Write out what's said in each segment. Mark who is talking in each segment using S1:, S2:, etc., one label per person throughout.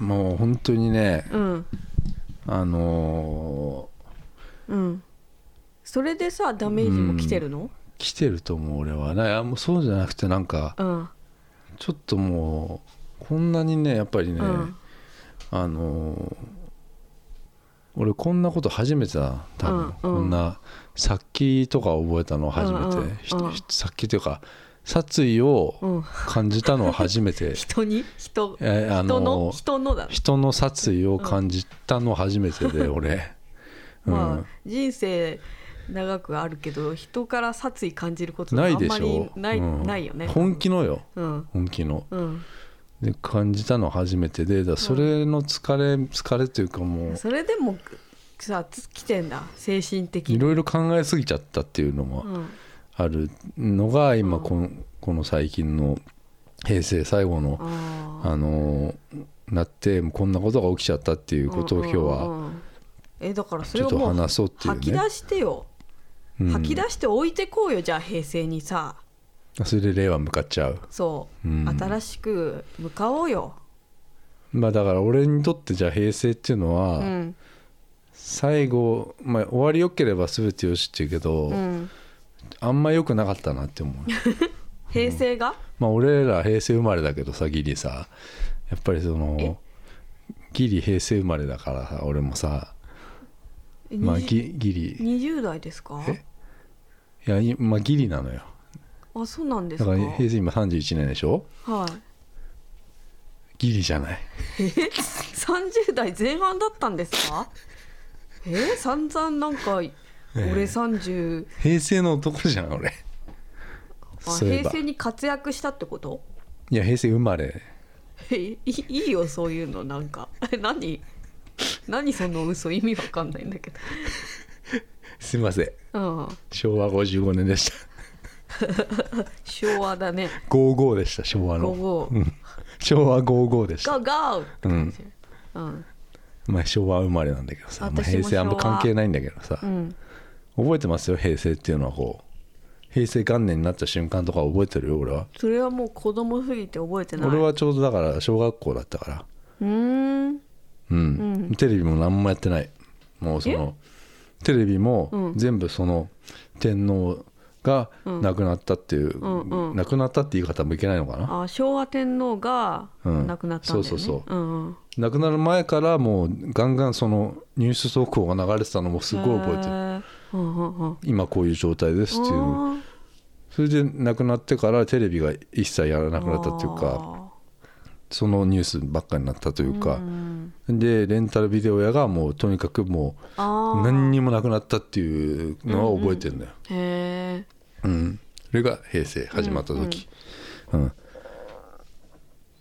S1: もう本当にね
S2: うん
S1: あのー
S2: うんそれでさダメージも来てるの
S1: 来てると思う俺はねあもうそうじゃなくてなんか
S2: うん
S1: ちょっともうこんなにねやっぱりね、
S2: うん
S1: あのー俺こんなこと初めてだ多分、
S2: うんうん
S1: こんな殺気とか覚えたの初めて、
S2: うんうん
S1: ひ
S2: うん
S1: ひ殺気というか殺意を
S2: うん
S1: 感じたのは初め て、
S2: 人に人
S1: えーあ
S2: 人
S1: の
S2: の
S1: ー
S2: 人のだ
S1: 人の殺意を感じたの初めてで、俺、うん
S2: まあ人生長くあるけど人から殺意感じること
S1: な
S2: あ
S1: い
S2: ん
S1: で
S2: ま
S1: し
S2: り
S1: ょ
S2: ない,、
S1: うん
S2: ないよね
S1: 本気のよ
S2: うん
S1: 本気の
S2: うん
S1: で感じたのは初めてでだからそれの疲れ、疲れというかもう
S2: それでもさつ来てんだ精神的
S1: い
S2: に、
S1: ろいろ考えすぎちゃったっていうのも
S2: うん、
S1: あるのが今
S2: うん
S1: このこの最近の平成最後の
S2: あ
S1: あのなってこんなことが起きちゃったってい
S2: いう
S1: ことを今日は
S2: えだからそ
S1: ち
S2: れ
S1: ょっ
S2: を
S1: と
S2: もう
S1: 話そうってい
S2: 吐き
S1: うね
S2: 出してよ、
S1: うん
S2: 吐き出して置いてこうよじゃあ平成にさ
S1: それで令和向かっちゃう
S2: そう、
S1: うん
S2: 新しく向かおうよ、
S1: まあだから俺にとってじゃあ平成っていうの
S2: う
S1: は
S2: ん
S1: 最後まあ終わりよければ全てよしっていうけど
S2: うん、
S1: あんま良くなかったな って思う
S2: 平成が、
S1: まあ俺ら平成生まれだけどさギリさやっぱりそ
S2: え
S1: のギリ平成生まれだからさ俺もさまあ
S2: 20
S1: ギギリ
S2: 20代ですか
S1: えいやいまあギリなのよ
S2: あそうなんです
S1: だか
S2: か
S1: ら平成今31年でしょ
S2: はい
S1: ギリじゃない
S2: え30代前半だったんですかえ散々なんか俺30、
S1: 平成の男じゃん俺
S2: あ
S1: そういえ
S2: 平
S1: ば
S2: 成に活躍したってこと
S1: いや平成生まれ
S2: えいいいいよそういうのなんかえ何何その嘘意味わかんないんだけ
S1: すいません
S2: ど、うん、
S1: 昭和55年でした
S2: 昭和だね
S1: 55でした昭和の
S2: 55
S1: うん昭和55でした
S2: ガーガーって感じ、うん
S1: まあ昭和生まれなんだけどさ、まあ、
S2: 私も
S1: 平成あんま
S2: 昭和
S1: 関係ないんだけどさ、
S2: うん、
S1: 覚えてますよ平成っていうのはこう平成元年になった瞬間とか覚えてるよ俺は
S2: それはもう子供すぎて覚えてない
S1: 俺はちょうどだから小学校だったから
S2: うーん
S1: うん、テレビも何もやってないもうそのテレビも全部その天皇が亡くなったっていう、
S2: んうん
S1: 亡くなったって言い方もいけないのかな、
S2: あ昭和天皇が
S1: うん
S2: 亡くなったんだよね、、
S1: そうそうそう
S2: んうん、
S1: 亡くなる前からもうガンガンそのニュース速報が流れてたのもすごい覚えてる
S2: えてる、うんうんうん、
S1: 今こういう状態ですっていうそれで亡くなってからテレビが一切やらなくなったっていうかそのニュースばっかになったというか、でレンタルビデオ屋がもうとにかくも
S2: あー
S1: う
S2: あ
S1: 何にもなくなったっていうのは覚えてるんだよ、
S2: ーへえ
S1: うん、それが平成始まった時、うん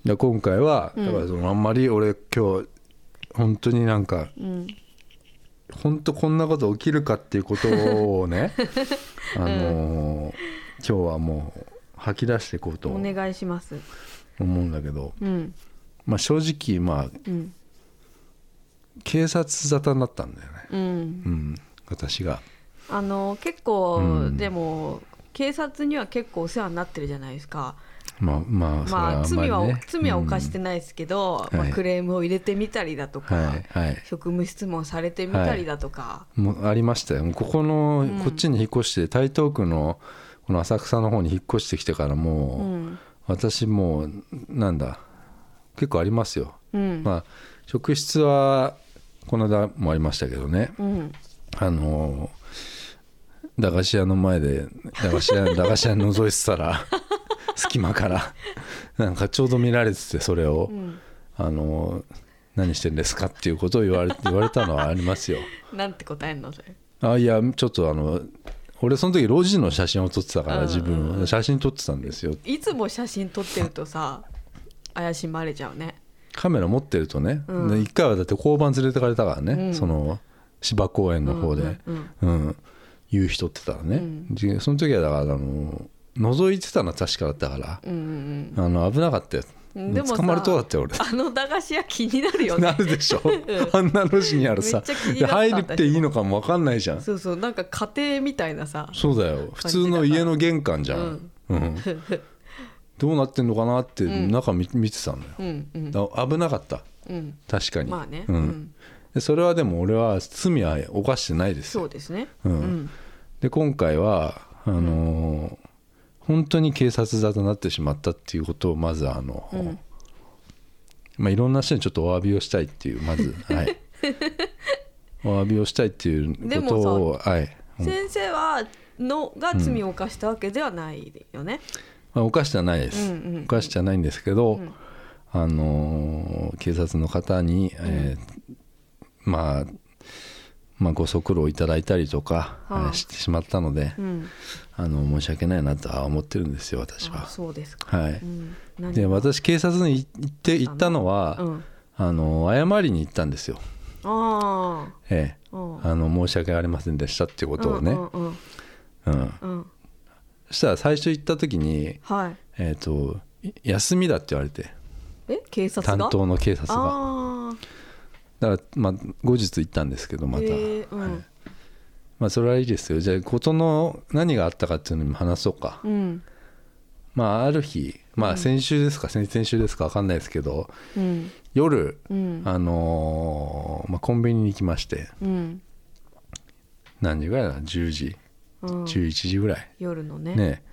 S1: で今回はだからそのあんまり俺今日本当になんか、
S2: ん
S1: 本当こんなこと起きるかっていうことを ねあのー今日はもう吐き出していこうと
S2: お
S1: 思
S2: 願いします
S1: うんだけど、
S2: うん
S1: まあ、正直まあ
S2: うん
S1: 警察沙汰になったんだよね、
S2: うん
S1: うん、私が。
S2: あの結構、
S1: うん
S2: でも警察には結構お世話になってるじゃないですか
S1: まあまあそれは
S2: ま
S1: あんまり
S2: あ罪は、
S1: ね
S2: 罪は犯し
S1: う
S2: てないですけど、
S1: うん
S2: ま
S1: は
S2: あ、
S1: い
S2: クレームを入れてみたりだとか、
S1: んはいはい
S2: 職務質問されてみたりだとか、
S1: もうありましたよもうここの、
S2: ん
S1: こっちに引っ越して台東区のこの浅草の方に引っ越してきてからもう、
S2: うん
S1: 私もうなんだ結構ありますよ、
S2: うん、
S1: まあ職質はこの間もありましたけどね
S2: うん
S1: あの駄菓子屋の前で駄菓子 屋駄菓子屋覗いてたら隙間からなんかちょうど見られててそれを、
S2: ん
S1: あの何してんですかっていうことを言われ 言われたのはありますよ。
S2: なんて答えんのそれ
S1: あいやちょっとあの俺その時老人の写真を撮ってたから
S2: うんうんう
S1: 自
S2: ん
S1: 分写真撮ってたんですよ
S2: いつも写真撮ってるとさ怪しまれちゃうね
S1: カメラ持ってるとね、
S2: うん
S1: で一回はだって交番連れてかれたからね、
S2: うん
S1: その芝公園の方で、
S2: うんうん
S1: うん言う人ってたらね、
S2: うん
S1: でその時はだからあの覗いてたのは確かだったから、
S2: うんうん
S1: あの危なかったよ
S2: うんでもさ
S1: 捕まるとこだったよ俺
S2: あの駄菓子屋気になるよね
S1: なるでしょ、あんな路地にあるさ
S2: めっちゃ気に
S1: で
S2: なった
S1: 入っていいのかも分かんないじゃん
S2: そうそうなんか家庭みたいなさ
S1: そうだよ普通の家の玄関じゃん、うんどうなってんのかなって中見見てたのよ、
S2: うんうん
S1: だ危なかった
S2: うん、
S1: 確かに、
S2: まあね、
S1: うんでそれはでも俺は罪は犯してないです
S2: そ
S1: よ
S2: うですね、
S1: うんで今回はあのー本当に警察沙汰になってしまったっていうことをまずあの、
S2: ん
S1: まあ、いろんな人にちょっとお詫びをしたいっていうまずはい お詫びをしたいっていうことをはい、うん
S2: 先生はのが罪を犯したわけではないよね、
S1: まあ、犯してはないです、
S2: うんうん
S1: 犯してはないんですけど、あのー警察の方に、えーまあまあ、ご足労いただいたりとか、
S2: はあ
S1: えーしてしまったので、
S2: うん、
S1: あの申し訳ないなとは思ってるんですよ私
S2: あ
S1: は。
S2: そうですか、
S1: はい
S2: うん、何
S1: で私警察に行って行ったのは、
S2: うん、
S1: あの謝りに行ったんですよ、
S2: あ
S1: ええ、
S2: あ、うん
S1: あの申し訳ありませんでしたっていうことをね、
S2: うんうん
S1: うん
S2: うんうん
S1: そしたら最初行った時に、
S2: はい
S1: えー、とい休みだって言われて
S2: え警察が
S1: 担当の警察が
S2: ああ
S1: だから、まあ、後日行ったんですけどまた、
S2: えーうん
S1: はいまあ、それはいいですよじゃあ事の何があったかっていうのにも話そうか、
S2: うん
S1: まあある日、まあ、先週ですか、先々週ですか分かんないですけど
S2: うん
S1: 夜、
S2: うん
S1: あのーまあ、コンビニに行きまして
S2: うん
S1: 何時ぐらいだ10時
S2: うん
S1: 11時ぐらい、
S2: 夜のね
S1: ね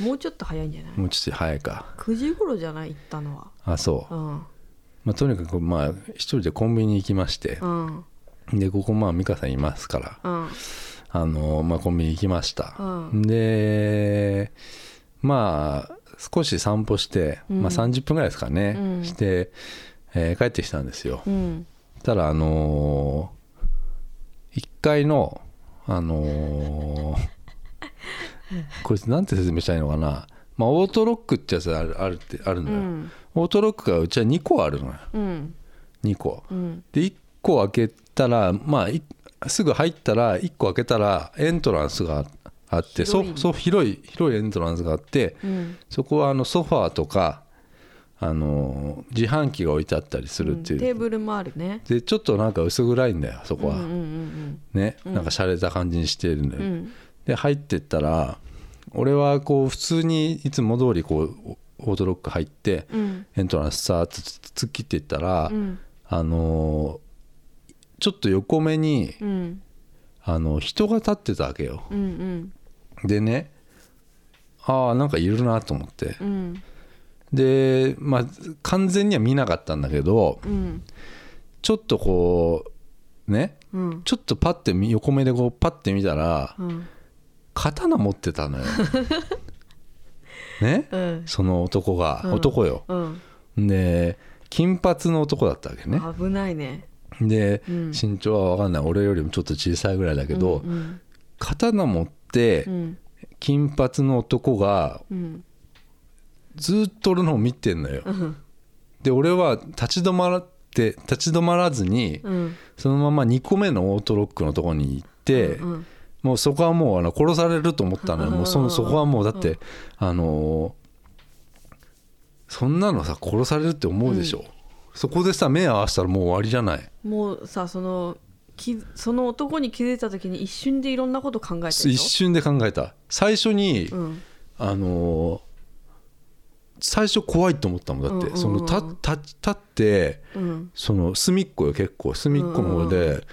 S2: もうちょっと早いんじゃない
S1: もうちょっと早いか
S2: 9時頃じゃない行ったのは
S1: あそう、
S2: うん
S1: まあ、とにかくまあ一人でコンビニに行きまして
S2: う、ん
S1: でここまあ美香さんいますから
S2: うん
S1: あのまあコンビニ行きました、
S2: うん
S1: でまあ少し散歩して、
S2: うん
S1: まあ、30分ぐらいですかね、
S2: うん
S1: して、えー帰ってきたんですよ
S2: うん
S1: ただあのー、1階のあの ーこれなんて説明したらいいのかなまあオートロックってやつあるあるってある
S2: う
S1: のよ、
S2: ん
S1: オートロックがうちは2個あるのよ
S2: うん
S1: 2個
S2: うん
S1: で1個開けたらまあいすぐ入ったら1個開けたらエントランスがあってそ
S2: 広いね
S1: そう広い広いエントランスがあって
S2: うん
S1: そこはあのソファーとかあのー自販機が置いてあったりするって
S2: テ
S1: い
S2: ー
S1: う、
S2: ブルもあるね
S1: でちょっとなんか薄暗いんだよそこ
S2: うん
S1: は、
S2: うんうん
S1: ねなんか洒落た感じにしてるんだよ、
S2: うんうん
S1: で入ってったら俺はこう普通にいつも通りこうオートロック入って
S2: うん
S1: エントランスさーっと突っ切っていったら、
S2: うん
S1: あのーちょっと横目に
S2: うん
S1: あの人が立ってたわけよ
S2: うん
S1: でねああんかいるなと思って
S2: うん
S1: でまあ完全には見なかったんだけど
S2: うん
S1: ちょっとこうね
S2: うん
S1: ちょっとパッてみ横目でこうパッて見たら
S2: うん
S1: 刀持ってた のよね
S2: うん
S1: その男が、
S2: うん
S1: 男よ
S2: うん
S1: で金髪の男だったわけね
S2: 危ないね
S1: で、
S2: うん
S1: 身長は分かんない俺よりもちょっと小さいぐらいだけど、
S2: うん
S1: 刀持って
S2: うん
S1: 金髪の男が
S2: うん
S1: ずっと俺の方見てんのよ
S2: うん
S1: で俺は立ち止まって立ち止まらずに
S2: うん
S1: そのまま2個目のオートロックのとこに行って、
S2: うん
S1: もうそこはもうあの殺されると思ったのよもうそのそこはもうだってあのーそんなのさ殺されるって思うでしょ、そこでさ目合わせたらもう終わりじゃない
S2: もうさそのきその男に気づいた時に一瞬でいろんなこと考えたで
S1: 一
S2: し
S1: 瞬で考えた最初に、
S2: ょ、うん、
S1: あのー最初怖いと思ったもんだって、
S2: うんうんうん
S1: そのたた立って
S2: うん
S1: その隅っこよ結構隅っこの方で、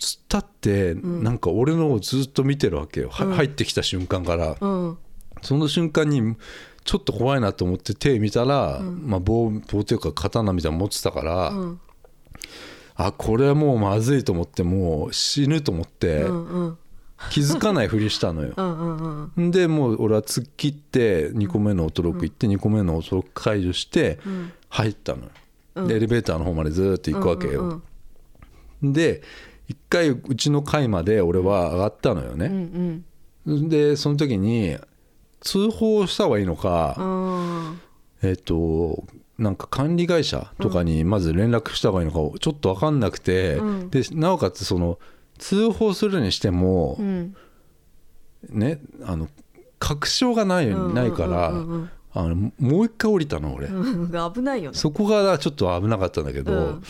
S1: つ立って
S2: ん
S1: なんか俺の方ずっと見てるわけよ、は
S2: うん
S1: 入ってきた瞬間から、
S2: うん
S1: その瞬間にちょっと怖いなと思って手見たら、まあ、棒棒というか刀みたいなの持ってたから、
S2: うん
S1: あこれはもうまずいと思ってもう死ぬと思って、
S2: うんうん
S1: 気づかないふりしたのよ
S2: う。んうん
S1: でもう俺は突っ切って2個目のオートロック行って2個目のオートロック解除して
S2: うん
S1: 入ったのよ、
S2: うん
S1: でエレベーターの方までずーっと行くわけよ、
S2: うん
S1: で1回うちの階まで俺は上がったのよ
S2: うんう
S1: ね、
S2: ん
S1: でその時に通報した方がいいの
S2: う
S1: か、
S2: ん
S1: えっ、となんか管理会社とかにまず連絡した方がいいのかちょっと分かんなくて、
S2: うん
S1: でなおかつその通報するにしても、
S2: うん
S1: ねあの確証がない,、
S2: うん
S1: ないから、
S2: うんうん
S1: あのもう一回降りたの俺、
S2: うんうん危ないよね
S1: そこがちょっと危なかったんだけど、
S2: うん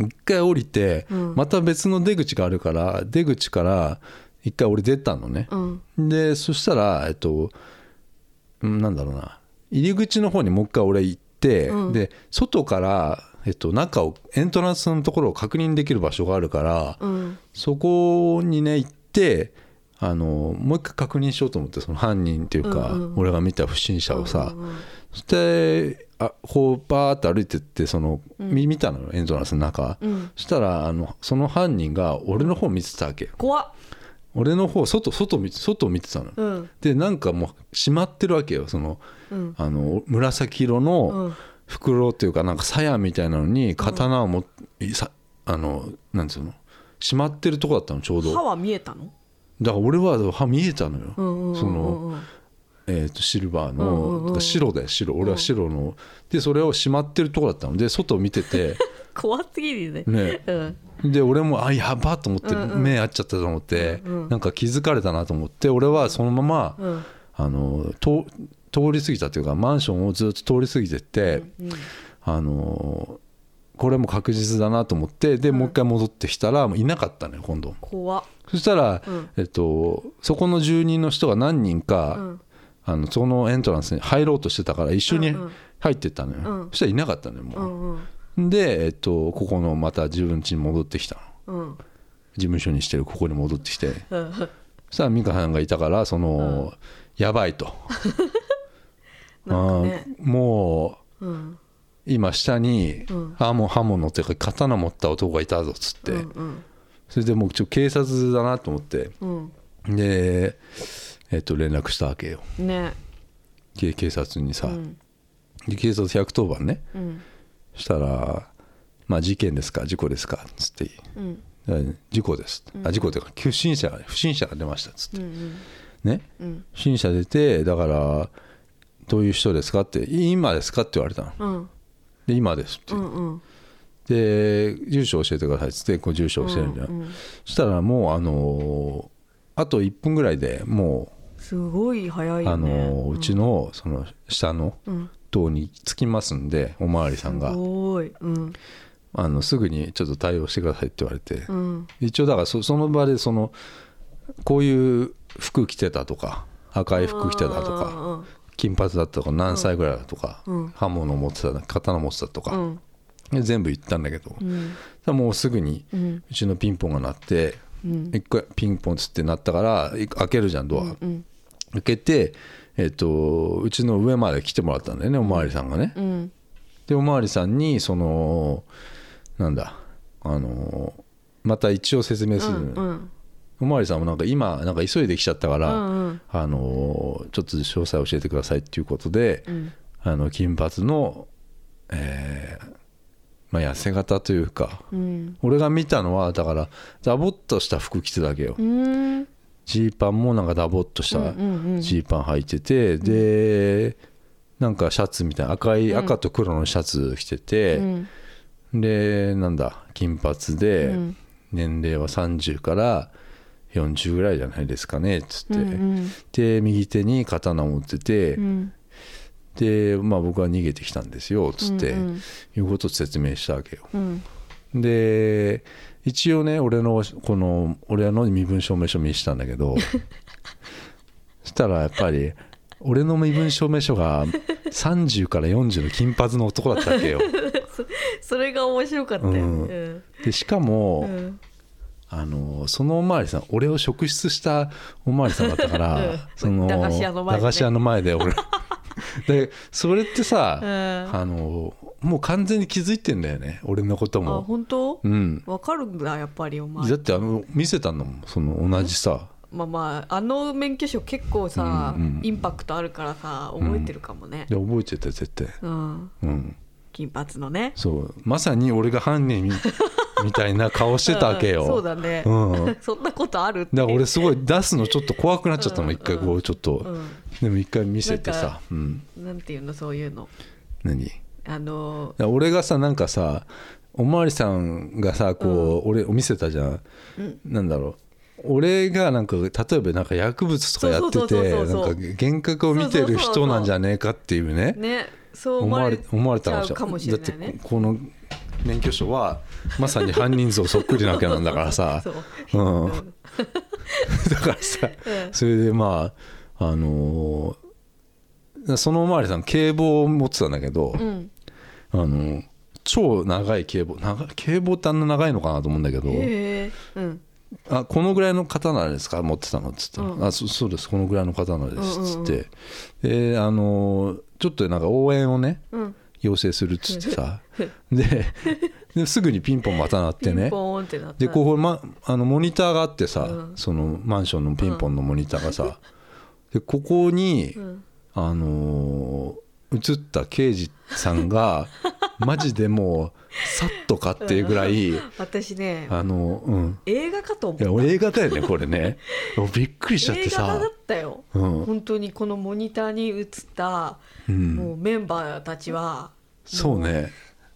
S1: 一回降りて、
S2: うん
S1: また別の出口があるから出口から一回俺出たのね、
S2: うん
S1: でそしたらえっとうんなんだろうな入り口の方にもう一回俺行って、
S2: うん
S1: で外からえっと、中をエントランスのところを確認できる場所があるから、
S2: うん
S1: そこにね行ってあのもう一回確認しようと思ってその犯人っていうか、
S2: うんうん
S1: 俺が見た不審者をさ、
S2: うんうん
S1: そしてあこうバーッと歩いてってその、み見たのよエントランスの中、
S2: うん
S1: そしたらあのその犯人が俺の方見てたわけ
S2: 怖っ
S1: 俺の方外外見て外見てたの、
S2: うん
S1: でなんかもうしまってるわけよその
S2: うん
S1: あの紫色
S2: う
S1: の
S2: ん
S1: 袋っていうかなんか鞘みたいなのに刀をも、さあのなんつうのしまってるとこだったのちょうど
S2: 歯は見えたの
S1: だから俺は歯見えたのよ、
S2: うんうんうんうん
S1: その、えー、とシルバーの、
S2: うんうんう
S1: だ
S2: ん
S1: から白だよ白俺は白の、でそれをしまってるとこだったので外を見て て
S2: 怖すぎるね
S1: ね
S2: うん
S1: で俺もあやばっと思って、
S2: うんうん
S1: 目合っちゃったと思って、
S2: うんうん
S1: なんか気づかれたなと思って俺はそのまま、
S2: うん
S1: あのと通り過ぎたというかマンションをずっと通り過ぎてって、
S2: うん
S1: あのこれも確実だなと思ってで、
S2: うん
S1: もう一回戻ってきたらもういなかったのよ今度
S2: 怖っ
S1: そしたら、
S2: うん
S1: えっと、そこの住人の人が何人か、
S2: うん
S1: あのそのエントランスに入ろうとしてたから一緒に
S2: うんうん
S1: 入ってったのよ、
S2: うん
S1: そしたらいなかったのよ
S2: う
S1: も
S2: んうん
S1: う、で、えっと、ここのまた自分家に戻ってきたの
S2: うん
S1: 事務所にしてるここに戻ってきて
S2: うん
S1: そしたら美香さんがいたからその、やばいと、
S2: なんかね
S1: あーもう
S2: うん
S1: 今下に
S2: うん
S1: 刃も刃物っていうか刀持った男がいたぞっつって、
S2: うん
S1: それでもうちょ警察だなと思って
S2: うん
S1: で、えっと、連絡したわけよ
S2: うんね
S1: け警察にさ、
S2: うん
S1: で警察110番ね
S2: うん
S1: したら「まあ、事件ですか事故ですか」っつって
S2: うん
S1: 「うん事故です」あ事故っていうか不審者が不審者が出ました」っつって、
S2: うん
S1: ね
S2: うん
S1: 不審者出てだから「どういう人ですか?」って「今ですか?」って言われたの
S2: うん
S1: 「で今です」って
S2: う
S1: 言っ
S2: んうん
S1: て、で住所教えてください」っつってこう住所教えるんじゃん、
S2: うんうん
S1: そしたらもうあのーあと1分ぐらいでもう
S2: すごい早いよね
S1: あのうちのその下の
S2: うん
S1: 棟に着きますんでおまわりさんが
S2: すごいうん
S1: あのすぐにちょっと対応してくださいって言われて
S2: うん
S1: 一応だからそその場でそのこういう服着てたとか赤い服着てたとか
S2: か
S1: 金髪だったとか何歳ぐらいだとか
S2: うん
S1: 刃物持ってた刀持ってたと
S2: う
S1: か
S2: ん
S1: で全部言ったんだけど
S2: うん
S1: もうすぐに
S2: うん
S1: うちのピンポンが鳴って
S2: うん
S1: 一回ピンポンつって鳴ったからい開けるじゃんドア
S2: うん
S1: 開けて、えっとうちの上まで来てもらったんだよねおまわりさんがね。
S2: うん
S1: でおまわりさんにそのなんだあのまた一応説明するのよ、
S2: うん
S1: おまわりさんもなんか今なんか急いで来ちゃったから、
S2: うんうん
S1: あのちょっと詳細教えてくださいっていうことで、
S2: うん
S1: あの金髪の、えーまあ、痩せ型というか
S2: うん
S1: 俺が見たのはだからダボっとした服着てたわけよ
S2: うん
S1: ジーパンもなんかダボっとした
S2: うんうんうん
S1: ジーパン履いてて、でなんかシャツみたいな赤い、赤と黒のシャツ着てて、
S2: うん
S1: でなんだ金髪で、
S2: うん
S1: 年齢は30から40ぐらいじゃないですかねっつって、
S2: うん
S1: で右手に刀持ってて、
S2: うん
S1: で、まあ、僕は逃げてきたんですよっつって、
S2: うんうん
S1: いうことを説明したわけよ
S2: うん
S1: で一応ね俺のこの俺の身分証明書見したんだけ どそしたらやっぱり俺の身分証明書が30から40の金髪の男だったわけよ
S2: それが面白かったよ
S1: うん
S2: うん
S1: でしかも、
S2: うん
S1: あのそのおまわりさん俺を職質したおまわりさんだったから、
S2: うん
S1: その
S2: 駄菓子屋の前でね
S1: 駄菓子屋の前で 俺でそれってさ、
S2: うん
S1: あのもう完全に気づいてんだよね俺のこと
S2: あ
S1: も
S2: 本当
S1: うん
S2: わかるんだやっぱりお前
S1: だってあの見せたんだもんその同じさ
S2: まあまああの免許証結構さ
S1: うんうん
S2: インパクトあるからさ覚えてるかもね
S1: で覚えてたよ絶対
S2: うん
S1: うん
S2: 金髪のね
S1: そうまさに俺が犯人 みみたいな顔してたわけよ
S2: うんそうだね
S1: うん
S2: そんなことあるって
S1: だから俺すごい出すのちょっと怖くなっちゃったの一回こうちょっと、
S2: う
S1: でも一回見せて
S2: なん
S1: さ
S2: か
S1: うん
S2: んなんていうのそういうの
S1: 何
S2: あの
S1: だから俺がさなんかさおまわりさんがさこう、俺を見せたじゃん、なんだろう俺がなんか例えばなんか薬物とかやって
S2: そうそう
S1: て
S2: そ
S1: な
S2: うそうん
S1: か幻覚を見てる人なんじゃねえかっていうね
S2: ねそう
S1: 思
S2: 思わ
S1: わ
S2: れ
S1: れ思われた
S2: ちゃ
S1: かも
S2: う
S1: しれない
S2: かもし
S1: だ
S2: れない
S1: って
S2: ね
S1: ここの免許証はまさに犯人像そっくりなわけなんだからさ
S2: そう
S1: うん、だからさ、
S2: うん
S1: それでまああのーそのおまわりさん警棒を持ってたんだけど、
S2: うん
S1: あの超長い警棒長い警棒ってあんな長いのかなと思うんだけど、
S2: へえうん
S1: あこのぐらいの刀ですか持ってたのっつったら、
S2: うん
S1: あそそうですこのぐらいの刀です
S2: うんうん
S1: っつ
S2: うん
S1: って、であのーちょっとなんか応援をね
S2: うん
S1: 要請するっつってさで ですぐにピンポンまた鳴っ
S2: ピ
S1: て
S2: ン
S1: ね
S2: ポーンってなった
S1: でこう、ま、あのモニターがあってさ、
S2: うん
S1: そのマンションのピンポンのモニターがさ、でここに、
S2: ん
S1: あのー映った刑事さん がマジでもうさっとかっていうぐらい、
S2: 私ね
S1: あのうん
S2: 映画かと思っ
S1: い
S2: た
S1: や俺映画だよねこれ ねもうびっくりしちゃって
S2: 映画だ
S1: さ
S2: っ、たよ
S1: うん
S2: 本当にこのモニターに映った
S1: うん
S2: もうメンバーたちは
S1: そうね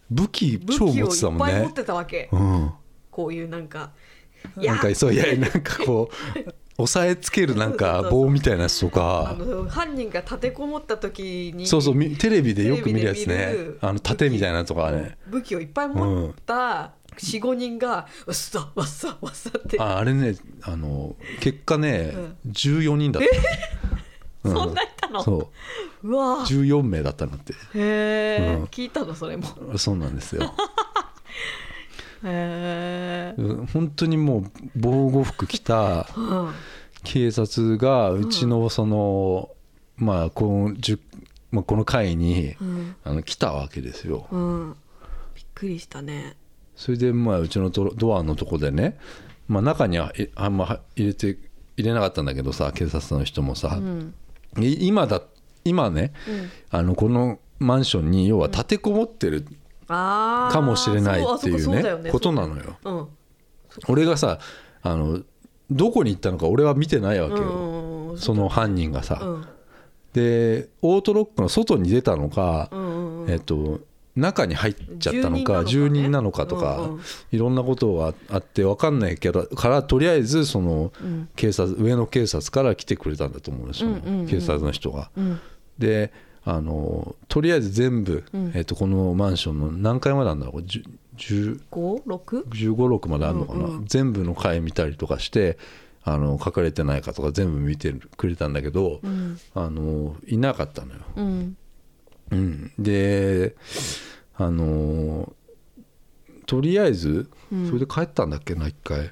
S1: 武器
S2: 武器
S1: 超
S2: を
S1: 持
S2: い
S1: ってた
S2: っ
S1: もん
S2: ぱい持
S1: ね
S2: っ。てたわけ
S1: うん
S2: こういうなんかいや
S1: なんかそういやなんかこう 押さえつけるなんか棒みたいなやつと
S2: あ
S1: か
S2: の犯人が立てこもった時に
S1: そうそうみテレビでよく見るやつ
S2: テレ
S1: ね
S2: ビで見る
S1: あの盾みたいなのとかね
S2: 武器をいっぱい持った45人が「うっさわっさわっさ」って
S1: ああれねあの結果ね
S2: うん
S1: 14人だった、
S2: そんないたの
S1: そう
S2: うわー
S1: 14名だったんだって
S2: へえ
S1: うん
S2: 聞いたのそれも
S1: そうなんですよ
S2: へえ
S1: うん本当にもう防護服着た
S2: うん
S1: 警察がうちのその、まあこのじゅまあこの会に
S2: うん
S1: あの来たわけですよ
S2: うんびっくりしたね
S1: それでまあうちのドロドアのとこでね、まあ、中にはいあんまは入れて入れなかったんだけどさ警察の人も
S2: う
S1: さ、
S2: ん
S1: い今だ今ね
S2: うん
S1: あのこのマンションに要は立てこもってる
S2: あー
S1: かもしれない
S2: そあ
S1: ってい
S2: そうこそうだよ
S1: ねことなのよ。
S2: うん
S1: 俺がさあのどこに行ったのか俺は見てないわけ
S2: うん
S1: よ、
S2: うんうん
S1: その犯人がさ。
S2: うん
S1: でオートロックの外に出たのか、
S2: うんうん
S1: えっと、中に入っちゃったのか住
S2: 住人
S1: 人
S2: な
S1: な
S2: の
S1: の
S2: か
S1: か
S2: ね
S1: とか、
S2: うんうん
S1: いろんなことがあって分かんないけどからとりあえずその
S2: うん
S1: 警察上の警察から来てくれたんだと思うよそ
S2: うんうんう
S1: の
S2: ん
S1: 警察の人が。
S2: うん
S1: であのとりあえず全部、
S2: うん
S1: えっとこのマンションの何階まであるんだろう1 0
S2: 5 6
S1: 1 5 6まであるのかな、
S2: うんうん
S1: 全部の階見たりとかしてあの書かれてないかとか全部見てくれたんだけど、
S2: うん
S1: あのいなかったのよ。
S2: うん
S1: うん、であのとりあえず、
S2: うん
S1: それで帰ったんだっけな一回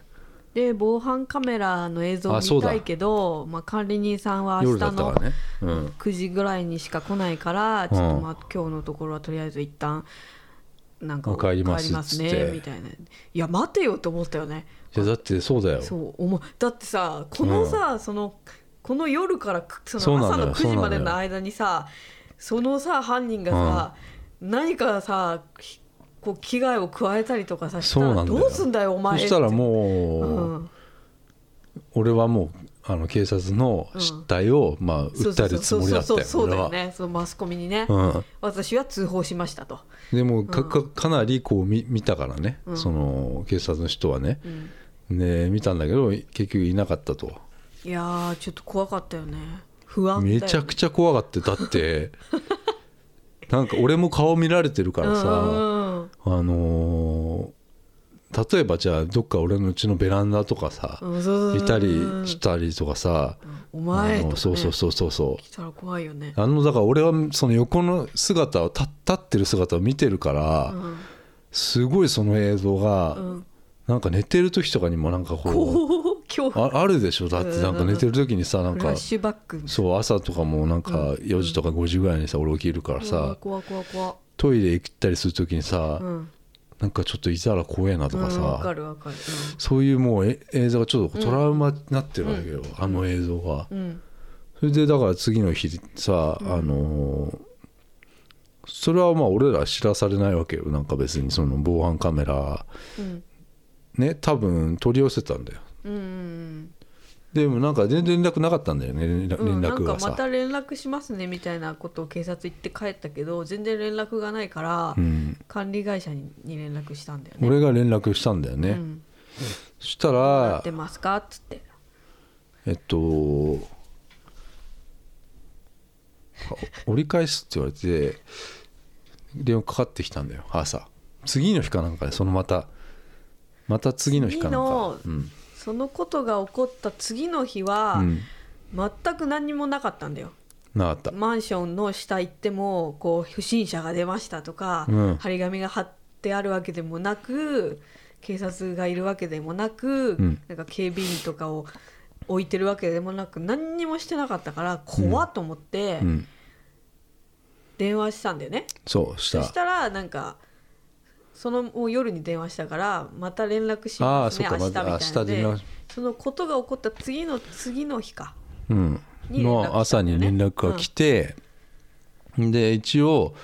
S2: で防犯カメラの映像を
S1: あそ
S2: 見
S1: うだ
S2: たいけど、まあ、管理人さんは明
S1: 夜
S2: 日
S1: だった
S2: の
S1: からね、うん、
S2: 9時ぐらいにしか来ないから、ちょっとまあ今日のところはとりあえず一旦なんか
S1: 帰ります
S2: 帰ります
S1: っつっ
S2: ね
S1: て
S2: みたいないや待てよと思ったよね
S1: いやだってそうだよ
S2: そう思うだってさこのさ、そのこの夜からくそ
S1: そう
S2: の
S1: な
S2: 朝
S1: のよ
S2: の9時まで
S1: そうな
S2: の
S1: の
S2: 間にさそのさ犯人がさ、何かさひこう危害を加えたりとかさした
S1: そうな
S2: ら
S1: んだ
S2: ど
S1: よ
S2: うすんだよお前
S1: そしたらも
S2: う
S1: う、
S2: ん、
S1: 俺はもうあの警察の失態を、まあ、
S2: そう
S1: 訴えるつもりだった
S2: そう
S1: よ
S2: そうそうそうだ
S1: 俺
S2: よ
S1: は、
S2: ねそのマスコミにね、
S1: うん、
S2: 私は通報しましたと、
S1: でもかかかなりこう見見たからね、
S2: うん
S1: その警察の人はね
S2: うん、
S1: ね見たんだけど結局いなかったと
S2: いやーちょっと怖かったよね不安だよね
S1: めちゃくちゃ怖がってだって なんか俺も顔見られてるからさ、
S2: うんうん
S1: あのー例えばじゃあどっか俺のうちのベランダとかさ、
S2: うん、そうそうそう
S1: いたりしたりとかさ、
S2: お前
S1: あ
S2: とか、
S1: の
S2: ね、
S1: そうそうそうそうそう
S2: 来たら怖いよね、
S1: あのだから俺はその横の姿を立立ってる姿を見てるから、
S2: うん
S1: すごいその映像が、
S2: うん、
S1: なんか寝てる時とかにもなんかこう
S2: こう今日
S1: ああるでしょだってなんか寝てる時にさなん
S2: フ
S1: か
S2: ラッシュバック
S1: そう朝とかもなんか
S2: うん
S1: 4時とか5時ぐらいにさ俺起きるから
S2: うわ
S1: さ
S2: 怖い怖い怖い
S1: トイレ行ったりする時にさ、
S2: うん
S1: なんかちょっといたら怖えなとか
S2: うんわ
S1: さ、
S2: かるわかる
S1: そういうもうえ映像がちょっとトラウマになってるわけよ、あの映像が。
S2: うん、うん
S1: それでだから次の日さ、あのーそれはまあ俺ら知らされないわけよなんか別にその防犯カメラ
S2: うん
S1: ね多分取り寄せたんだよ
S2: うん
S1: でもなんか全然連絡なかったんだよね連
S2: う
S1: 絡
S2: ん
S1: 連絡
S2: な
S1: が
S2: んかま
S1: さ、
S2: た連絡しますねみたいなことを警察行って帰ったけど全然連絡がないから、
S1: うん
S2: 管理会社にに連絡したんだよね。
S1: 俺が連絡したんだよね、
S2: うん、
S1: そした
S2: や
S1: ら
S2: ってますかっつって。
S1: えっとあ折り返すって言われて電話かかってきたんだよ朝次の日かなんかでそのまたまた次の日かなんか
S2: 次そのことが起こった次の日は、
S1: うん、うん、
S2: 全く何にもなかったんだよ。
S1: なかった
S2: マンションの下行ってもこう不審者が出ましたとか、
S1: うん
S2: 張り紙が貼ってあるわけでもなく警察がいるわけでもなく、
S1: ん
S2: なんか警備員とかを置いてるわけでもなく何にもしてなかったから怖っと思って
S1: うん
S2: 電話したんだよね。
S1: そうし
S2: そ
S1: た
S2: したらなんかそのもう夜に電話したからまた連絡し
S1: ああ
S2: ます
S1: そ
S2: ね
S1: っ
S2: 明
S1: か
S2: 日
S1: ま
S2: みた
S1: た明日
S2: い
S1: 連
S2: な
S1: 絡
S2: でそのことが起こった次の次の日か
S1: うん、
S2: に連絡来たんだよね
S1: の朝に連絡が来て、で一応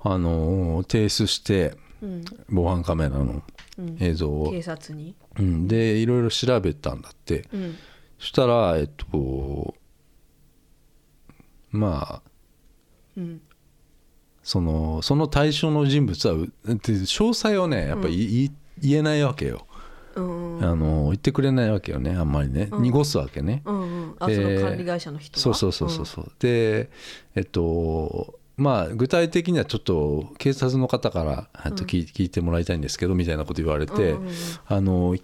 S1: あのー提出して
S2: うん
S1: 防犯カメラの
S2: うん
S1: 映像を、
S2: 警察に
S1: うん、でいろいろ調べたんだって
S2: うん
S1: そしたらえっとまあ
S2: うん
S1: そのその対象の人物はうで詳細をねやっぱり、い言えないわけよ、
S2: うんうん
S1: あのー言ってくれないわけよねあんまりね、
S2: うん
S1: 濁すわけね、
S2: うんうんあ
S1: え
S2: そ
S1: ー
S2: の管理会社の人は
S1: そうそうそうそうそう、でえっとまあ具体的にはちょっと警察の方から、えっと聞い聞いてもらいたいんですけどみたいなこと言われ
S2: うん
S1: て、
S2: うんうん
S1: あの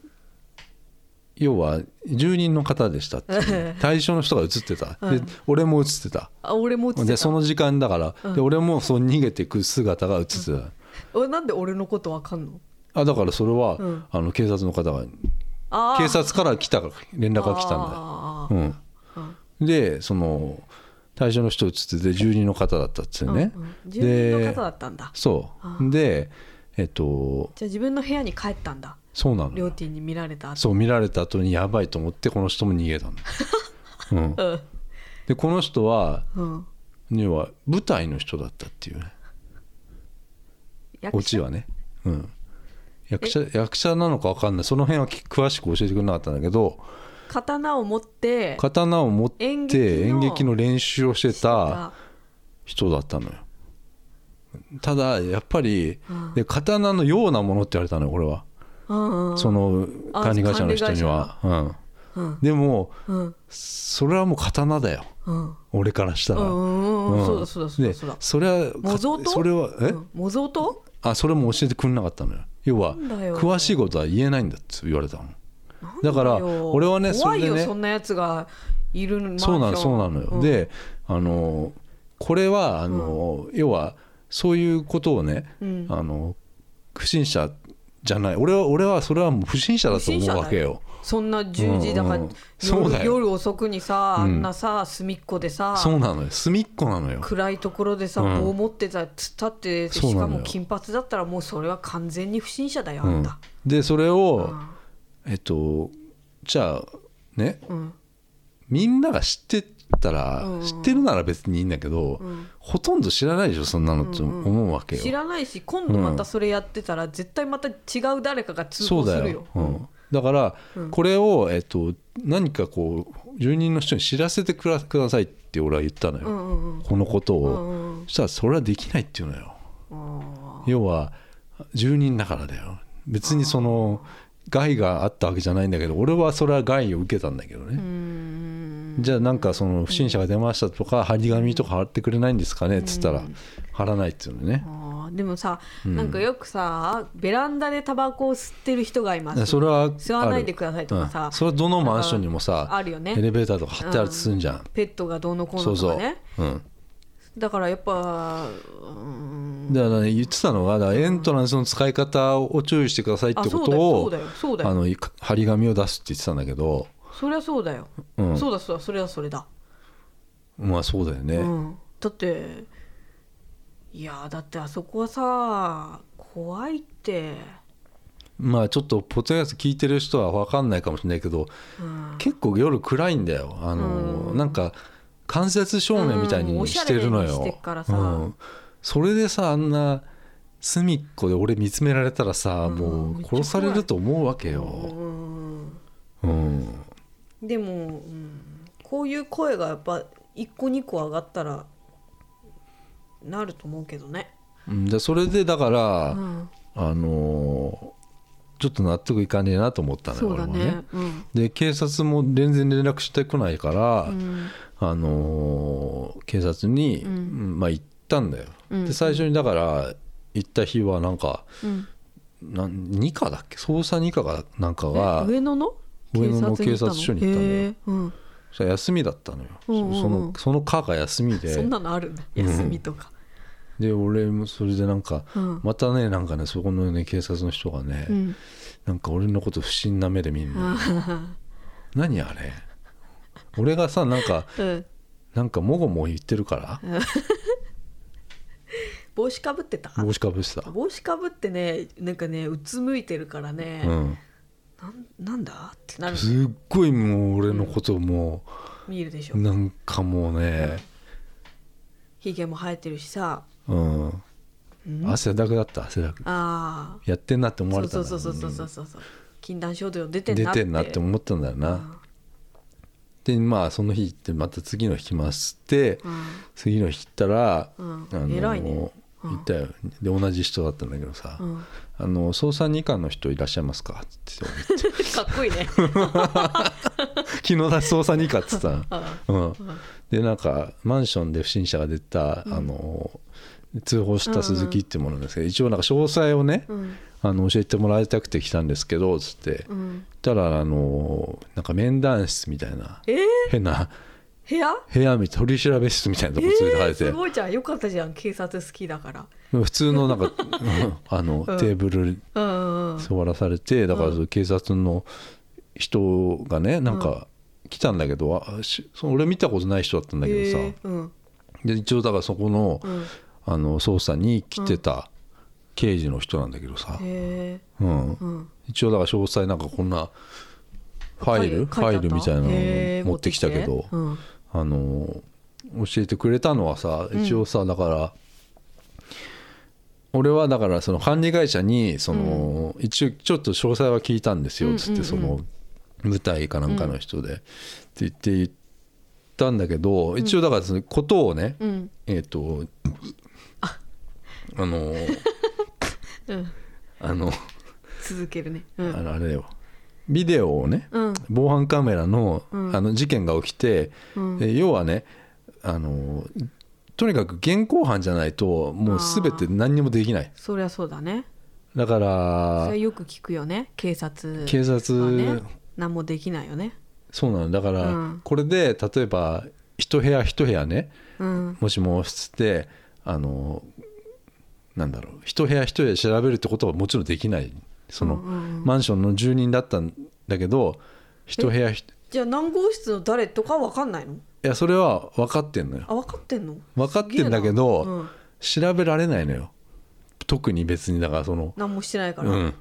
S1: 要は住人の方でしたって いう対象の人が映ってた、
S2: う
S1: で
S2: ん
S1: 俺も映ってた
S2: あ俺も映ってた
S1: でその時間だから、
S2: うん
S1: で俺もそう逃げてく姿が映ってた、
S2: おなんで俺のことわかんの
S1: あだからそれは、
S2: うん
S1: あの警察の方が
S2: あー
S1: 警察から来た連絡が来たんだよ
S2: あー
S1: うん、でその対象の人映ってて住人の方だったっつうね、
S2: うんうん住人の方だったんだ
S1: そ
S2: あ
S1: うでえっと
S2: じゃあ自分の部屋に帰ったんだ
S1: そうなの
S2: 両
S1: よ
S2: 親に見られた後
S1: そう見られた後にやばいと思ってこの人も逃 げたの、うん、
S2: うん
S1: でこの人は
S2: うん
S1: 要は舞台の人だったっていうね
S2: 役者
S1: オチはね、うん、役者役者なのか分かんないその辺はき詳しく教えてくれなかったんだけど
S2: 刀を持って
S1: 刀を持って
S2: 演
S1: 演
S2: 劇の
S1: 劇の練習をしてた
S2: あ
S1: 人だったのよただやっぱり
S2: うん
S1: で刀のようなものって言われたのよ俺は
S2: うんうん
S1: その
S2: あ
S1: 管理会社の人には、うん、
S2: うん
S1: でも
S2: うん
S1: それはもう刀だよ
S2: うん
S1: 俺からした
S2: う
S1: ら、
S2: んうんそうだそうだそう
S1: で
S2: だそうだ
S1: それはか
S2: 模造刀
S1: それはえ、
S2: うん模造刀
S1: あそれも教えてくれなかったのよ要は
S2: なんだよ
S1: 詳しいことは言えないんだって言われたの
S2: なん
S1: だから
S2: よ
S1: 俺はねそ
S2: 怖
S1: れ
S2: い
S1: で
S2: よ
S1: ね
S2: そんなやつがいるマンション
S1: そうなのそうなのよ、
S2: ん
S1: であのこれはあの、要はそういうことをね、
S2: うん
S1: あの不審者じゃない俺は俺はそれはもう不審者だと思うわけよ
S2: そんな10時だか
S1: うんう
S2: ら
S1: んそうだよ
S2: 夜夜遅くにさあ
S1: うん
S2: んなさ隅っこでさ
S1: そうなのよ隅っこなのよ
S2: 暗いところでさ
S1: うん
S2: 棒持ってたつったって
S1: そう
S2: し
S1: なの
S2: か
S1: よ
S2: も金髪だったらもうそれは完全に不審者だよあ
S1: うんん
S2: た、
S1: でそれを、
S2: ん
S1: えっとじゃあね
S2: うん
S1: みんなが知ってたら、
S2: うんうん
S1: 知ってるなら別にいいんだけど、
S2: うん
S1: ほとんど知らないでしょそんなのって
S2: うんうん
S1: 思うわけよ、
S2: 知らないし今度またそれやってたら、絶対また違う誰かが通
S1: そ
S2: 報
S1: う
S2: す
S1: だ
S2: る
S1: よ
S2: よ、
S1: うん、だから、
S2: うん
S1: これを、えっと、何かこう住人の人に知らせてくらくださいって俺は言ったの
S2: う
S1: よ、
S2: んうん
S1: このこと
S2: う
S1: を、
S2: ん
S1: そしたらそれはできないっていうのよ
S2: うん
S1: 要は住人だからだよ別にその害があったわけじゃないんだけど俺はそれは害を受けたんだけどね、
S2: うん
S1: じゃあなんかその不審者が出ましたとか張り紙とか貼ってくれないんですかねっつったら
S2: うん
S1: 貼らないっていうのね、
S2: あーでもさ、
S1: うん
S2: なんかよくさベランダでタバコを吸ってる人がいま
S1: だから
S2: す
S1: それはある
S2: 吸わないでくださいとかさ
S1: うんそれはどのマンションにもさ
S2: あるよね
S1: エレベーターとか貼ってあるとするんじゃん、
S2: ペットがどうのこう
S1: そ
S2: の
S1: う
S2: と
S1: そ
S2: か
S1: う、
S2: ね
S1: うん、
S2: だからやっぱ、うん、
S1: だからね言ってたのはだからエントランスの使い方を注意してくださいっ
S2: あ
S1: てこ
S2: そうだ
S1: と
S2: よそう
S1: を
S2: だよそうだ
S1: あ
S2: よ
S1: のいか張り紙を出すって言ってたんだけど、
S2: そりゃそうだよ、
S1: うん、
S2: そうだそうだそれはそれだ
S1: まあそうだよね、
S2: うん、だっていやーだってあそこはさ怖いって、
S1: まあちょっとポツンやつ聞いてる人は分かんないかもしれないけど
S2: うん、
S1: 結構夜暗いんだよあの、
S2: うん
S1: なんか間接照明みたい
S2: うんお
S1: に
S2: しゃ
S1: し
S2: れ
S1: て
S2: に
S1: るのよ、
S2: してっからさ
S1: んそれでさあんな隅っこで俺見つめられたらさ、
S2: うん
S1: もう
S2: めっちゃ怖
S1: 殺
S2: い
S1: されると思うわけ
S2: う
S1: よ、
S2: ん、
S1: うん、
S2: でも、うん、こういう声がやっぱ一個二個上がったらなると思うけどね、
S1: うんでそれでだから、
S2: うん、
S1: あのーちょっと納得いかねえなと思ったのよ、
S2: そうだ
S1: 俺も
S2: ねうん、
S1: で警察も全然連絡してこないから、
S2: うん
S1: あのー警察に、
S2: うん
S1: うんまあ行ったんだよ、
S2: うん
S1: で最初にだから行った日はなんか
S2: うん
S1: なん2課だっけ捜査2課がなんか
S2: え
S1: が
S2: 上野の
S1: 上野の警察署に行ったのよ
S2: へーうん
S1: そしたら休みだったのよ、
S2: うんうんうん
S1: そのその課が休みで
S2: そんなのあるね
S1: うん
S2: 休みとか、
S1: で俺もそれでなんか、
S2: うん
S1: またねなんかねそこのね警察の人がね、
S2: うん
S1: なんか俺のこと不審な目で見んの、何あれ俺がさなんか
S2: うん
S1: なんかもごもご言ってるから
S2: 帽子かぶってた
S1: 帽子かぶしてた、
S2: 帽子かぶってねなんかねうつむいてるからね、
S1: うん、
S2: なんなんだってなる
S1: すっごいもう俺のことをも
S2: 見えるでしょ
S1: うなんかもうね、
S2: ひげも生えてるしさ、
S1: うん、
S2: うん、あ
S1: 汗だくだった汗だく
S2: あ
S1: やってんなって思わ
S2: そう
S1: れた
S2: そ
S1: ん
S2: う
S1: だ
S2: そうそうそうそうそう禁断症状出て
S1: うんん出
S2: なって
S1: てんなって思ったんだよな、でまあその日行ってまた次の日来まして、
S2: うん
S1: 次の日行ったら、
S2: うん偉いねうん
S1: 行ったよで同じ人だったんだけどさ「
S2: うん、
S1: あの捜査二課の人いらっしゃいますか?」って言って
S2: かっ こいいね
S1: 「 昨日だ捜査二課」っつったのうん
S2: ん、
S1: でなんかマンションで不審者が出た、あの通報した鈴木っていうものですけど、一応なんか詳細をね、
S2: うん
S1: あの教えてもらいたくて来たんですけどつって、
S2: う
S1: 言っ
S2: ん、
S1: たらあのなんか面談室みたいな
S2: えー、
S1: 変な
S2: 部屋
S1: 部屋みたい取り調べ室みたいなと
S2: え
S1: こ連れてか
S2: ー、
S1: れて、
S2: すごいじゃんよかったじゃん警察好きだから
S1: 普通のなんか うんあの、
S2: うん
S1: テーブル
S2: うんうんうん
S1: 座らされてだからその警察の人がねなんか来たんだけど、あしその俺見たことない人だったんだけどさ、
S2: えーうん
S1: で一応だからそこの,、
S2: うん
S1: あの捜査に来てた刑事の人なんだけどさ、
S2: へ
S1: うん
S2: ーうん
S1: 一応だから詳細なんかこんなファイルフ
S2: 書いてあっ
S1: ァ
S2: た
S1: イルみたいなの
S2: へー
S1: 持ってきたけど、
S2: うん
S1: あの教えてくれたのはさ一応さ、だから俺はだからその管理会社にその、一応ちょっと詳細は聞いたんですよっつって、
S2: うんうんうん
S1: その舞台かなんかの人で、って言って言ったんだけど一応だからそのことをね、
S2: うん
S1: えっ、とあの
S2: うん
S1: あの
S2: 続けるねう
S1: あ
S2: ん
S1: のあれだよビデオをね、
S2: うん
S1: 防犯カメラの,、
S2: うん
S1: あの事件が起きて、
S2: うん
S1: え要はねあのとにかく現行犯じゃないともう全て何にもできない
S2: そりゃそうだね
S1: だか
S2: そ
S1: ら
S2: れはよく聞くよね警察
S1: 警察、
S2: はね何もできないよね
S1: そうなのだから、
S2: うん
S1: これで例えば一部屋一部屋ね
S2: うん
S1: もしもしつってあのなんだろう一部屋一部屋調べるってことはもちろんできないその、
S2: うんうんうん
S1: マンションの住人だったんだけど一部屋ひ
S2: じゃあ何号室の誰とかわかんないの
S1: いやそれは分かってんのよ
S2: あ分かってんの
S1: 分かってんだけど
S2: すげえなうん
S1: 調べられないのよ特に別にだからその
S2: 何もしてないから、
S1: うん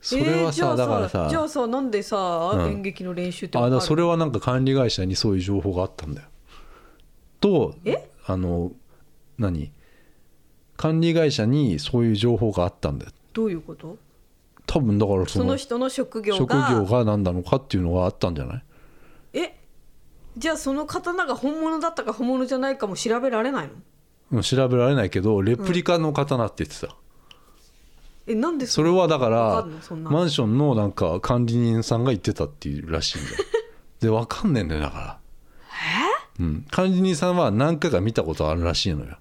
S1: それ
S2: えー
S1: は
S2: じゃ
S1: さ
S2: あ
S1: だから
S2: じゃ
S1: さ
S2: あさなんでさ、
S1: うん
S2: 演劇の練習ってわ
S1: あ
S2: かる
S1: だそれはなんか管理会社にそういう情報があったんだよと
S2: え
S1: あの何管理会社にそういう情報があったんだよ
S2: どういうこと
S1: 多分だからそ
S2: その
S1: の
S2: 人の職業が
S1: 職業が何なのかっていうのがあったんじゃない
S2: えじゃあその刀が本物だったか本物じゃないかも調べられないの
S1: うん調べられないけどレプリカの刀って言ってた、
S2: えなんで
S1: それはだか
S2: わ
S1: ら
S2: かんのそんなの
S1: マンションのなんか管理人さんが言ってたっていうらしいんだよ で分かんねえんだよだからうん、管理人さんは何回か見たことあるらしいのよ、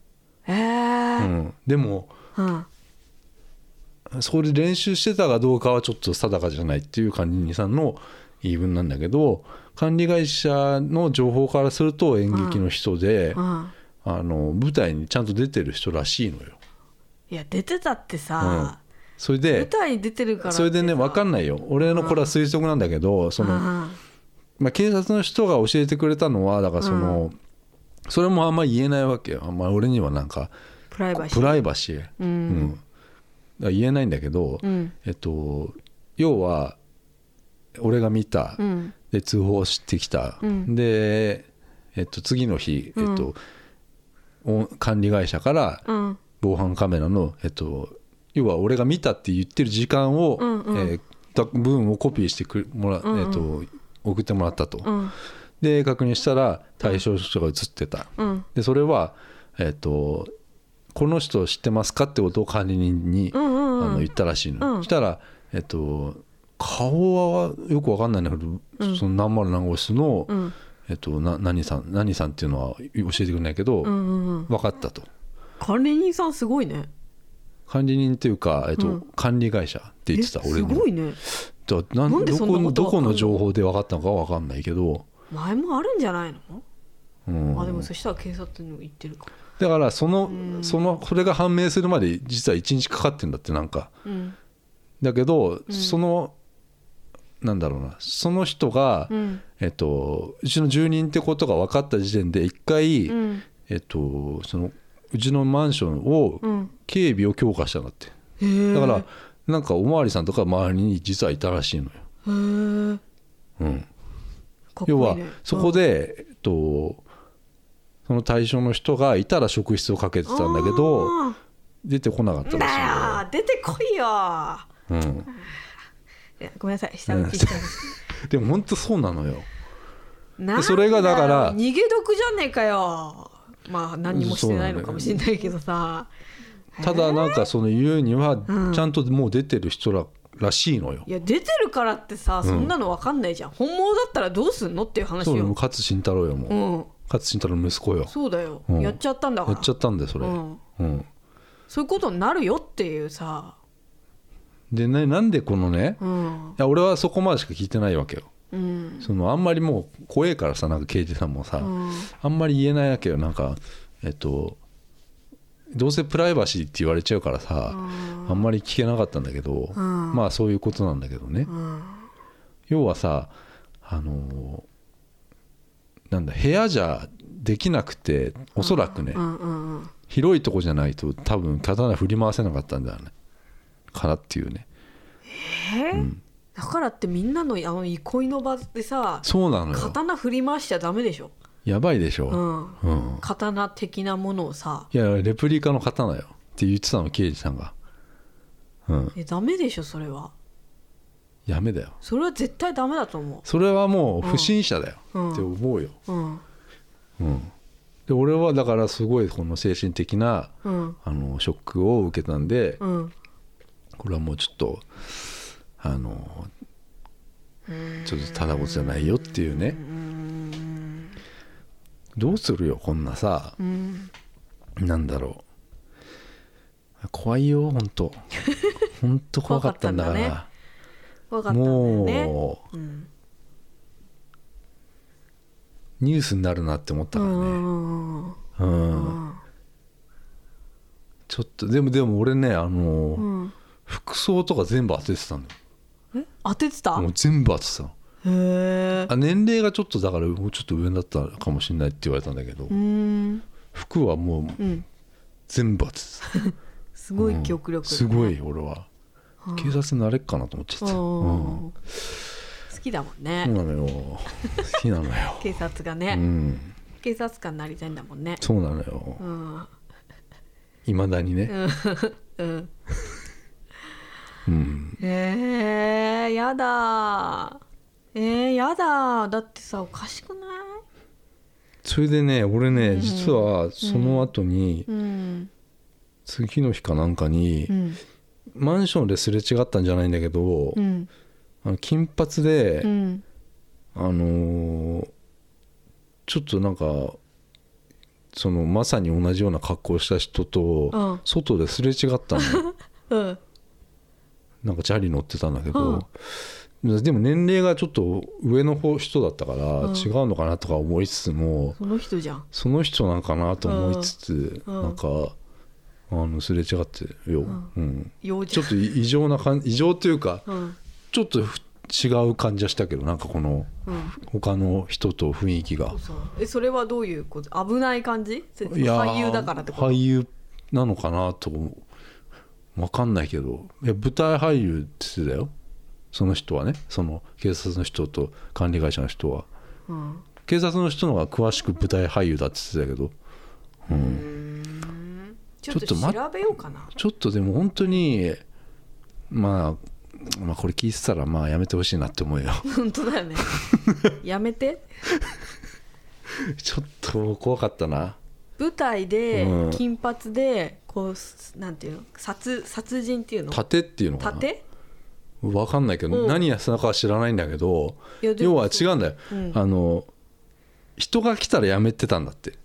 S2: え
S1: う
S2: ー
S1: ん、でも
S2: うん
S1: それ練習してたかどうかはちょっと定かじゃないっていう管理人さんの言い分なんだけど管理会社の情報からすると演劇の人で、
S2: うん
S1: あの舞台にちゃんと出てる人らしいのよ
S2: いや出てたってさ、
S1: それ
S2: 舞
S1: で
S2: 台に出てるから
S1: それでね分かんないよ俺のこれは推測なんだけどその
S2: の
S1: まあ、警察の人が教えてくれたのはだからその、それもあんま言えないわけよ、あんま俺にはなんか
S2: プライバシー
S1: プライバシー、
S2: う
S1: うん
S2: ん
S1: だから言えないんだけど、
S2: うん
S1: えっと、要は俺が見た、
S2: うん
S1: で通報してきた、
S2: うん
S1: で、えっと、次の日、
S2: うん
S1: えっと、お管理会社から
S2: うん
S1: 防犯カメラの、えっと、要は俺が見たって言ってる時間を、
S2: うんうん
S1: えーだ分をコピーしてくれもら、
S2: うんうん
S1: えっと、送ってもらったと。
S2: うん
S1: で確認したら対象者が映ってた、
S2: うん
S1: でそれは、えっとこの人知ってますかってことを管理人に、
S2: うんうんうん
S1: あの言ったらしいの、
S2: うん
S1: したら、えっと顔はよくわかんないんだけど、
S2: うん
S1: その何丸何号室の、
S2: うん
S1: えっと、な何さん何さんっていうのは教えてくれないけど、
S2: うんうんうん
S1: 分かったと
S2: 管理人さんすごいね
S1: 管理人っていうか、えっと
S2: うん
S1: 管理会社って言ってた
S2: え
S1: 俺
S2: す
S1: の
S2: ごいね
S1: だな
S2: なんで
S1: ど
S2: そんな
S1: こ
S2: こと
S1: のどこ
S2: わかん
S1: の
S2: の
S1: 情報で分かったのかは分かんないけど、
S2: 前もあるんじゃないの
S1: うん
S2: あでもそしたら警察にも行ってるか
S1: だからその,、そのそれが判明するまで実は1日かかってんだってなんか
S2: うん
S1: だけど、
S2: ん
S1: そのなんだろうなその人が、
S2: うん
S1: えっと、うちの住人ってことが分かった時点で一回、
S2: うん
S1: えっと、そのうちのマンションを
S2: うん
S1: 警備を強化したんだって、
S2: へえ
S1: だからなんかおまわりさんとか周りに実はいたらしいのよ、
S2: へえ
S1: うん、
S2: かっこいいね
S1: 要はそこで、えっと、その対象の人がいたら職質をかけてたんだけど
S2: あ
S1: 出てこなかっ
S2: ー
S1: た
S2: な
S1: ら
S2: あ出てこいよ
S1: しいのよ、うん、
S2: いやごめんなさい下打ちした
S1: でも本当そうなのよ
S2: なん
S1: それがだから
S2: よ逃げ毒じゃねえかよまあ何にもしてないのかもしれないけどさ、
S1: ただなんかその言うには
S2: うん
S1: ちゃんともう出てる人ららしいのよ
S2: い、や出てるからってさそんなの分かんないじゃん、本物だったらどうすんのっていう話
S1: そうよもう
S2: よ
S1: 勝慎太郎よもう、
S2: うん
S1: 勝慎太郎の息子よ
S2: そうだよ、
S1: うん
S2: やっちゃったんだか
S1: や
S2: ら
S1: っちゃったんだよそれ、
S2: うん
S1: うん
S2: そういうことになるよっていうさ
S1: でねなんでこのね、
S2: う
S1: い
S2: ん
S1: や俺はそこまでしか聞いてないわけよ
S2: うん
S1: そのあんまりもう怖えからさなんか刑事さんもさ、
S2: うん
S1: あんまり言えないわけよなんかえっとどうせプライバシーって言われちゃうからさ、
S2: うん
S1: あんまり聞けなかったんだけど、
S2: ん
S1: まあそういうことなんだけどね、
S2: うん
S1: 要はさあのーなんだ部屋じゃできなくておそらくね、
S2: うんうんうん
S1: 広いとこじゃないと多分刀振り回せなかったんだよねからっていうね
S2: えだからってみんなのあの憩いの場でさ
S1: そうなのよ
S2: 刀振り回しちゃダメでしょ、
S1: やばいでし
S2: う
S1: ょ、
S2: ん、
S1: うん
S2: 刀的なものをさ
S1: いやレプリカの刀よって言ってたの刑事さんがうん
S2: えダメでしょそれは
S1: やめだよ
S2: それは絶対ダメだと思
S1: それはもう不審者だよ、
S2: うん
S1: って思うよ、
S2: ううん
S1: うん、で俺はだからすごいこの精神的な
S2: うん
S1: あのショックを受けたんで、
S2: うん
S1: これはもうちょっとあのちょっとただごとじゃないよっていうねどうするよこんなさ
S2: うん
S1: なんだろう怖いよ本 当本当怖かったんだから
S2: 怖かっ分かったんだよね
S1: もう
S2: うん
S1: ニュースになるなって思った
S2: う
S1: からね
S2: んうん
S1: うん、ちょっとでもでも俺ねあの、
S2: うんうん
S1: 服装とか全部当ててたんだよ
S2: え当ててた
S1: も
S2: へ
S1: う全部当ててたの
S2: え
S1: あ年齢がちょっとだからもうちょっと上だったかもしれないって言われたんだけど、
S2: うん
S1: 服はもう
S2: うん
S1: 全部当ててた
S2: すごい記憶力
S1: すごい俺は警察になれっかなと思っちゃ
S2: う
S1: っ
S2: ん
S1: た、うん
S2: 好きだもんね
S1: そうなのよ好きなのよ
S2: 警察が
S1: う
S2: ね
S1: ん
S2: 警察官になりたいんだもんね
S1: そうなのよ
S2: うん
S1: いまだにね
S2: うん
S1: うん
S2: えー、やだーえー、やだーだってさおかしくない
S1: それでね俺ね実はその後に
S2: うん
S1: 次の日かなんかに
S2: うん
S1: マンションですれ違ったんじゃないんだけど
S2: うん
S1: あの金髪で、
S2: うん
S1: あのーちょっとなんかそのまさに同じような格好をした人
S2: うん
S1: と外ですれ違 ったの、
S2: うん
S1: なんかチャリ乗ってたんだけど、でも年齢がちょっと上の方人だったから
S2: ん
S1: 違うのかなとか思いつつも、
S2: その人じゃん
S1: その人なんかなと思いつつ、
S2: うん
S1: なんかあのすれ違ってよ、うん
S2: 用
S1: ち
S2: 事
S1: ょっと異常な感じ異常というか
S2: うん
S1: ちょっとふ違う感じはしたけどなんかこの
S2: うん
S1: 他の人と雰囲気が。
S2: そうえそれはどういうこと危ない感じせ
S1: いやー
S2: 俳優だからってこと
S1: 俳優なのかなと分かんないけどいや舞台俳優って言ってたよその人はねその警察の人と管理会社の人は
S2: うん
S1: 警察の人の方が詳しく舞台俳優だって言ってたけど
S2: ちょっと
S1: ちょっとま
S2: 調べようかな
S1: ちょっとでも本当にまあまあこれ聞いてたらまあやめてほしいなって思うよ
S2: 本当だよねやめて
S1: ちょっと怖かったな
S2: 舞台で
S1: うん
S2: 金髪でこうすなんていうの殺殺人っていうの
S1: 盾っていうのかな
S2: 盾
S1: 分かんないけど、
S2: うん
S1: 何やってたかは知らないんだけど
S2: いやで
S1: 要
S2: も
S1: は違うんだよ、
S2: うん
S1: あの人が来たらやめてたんだって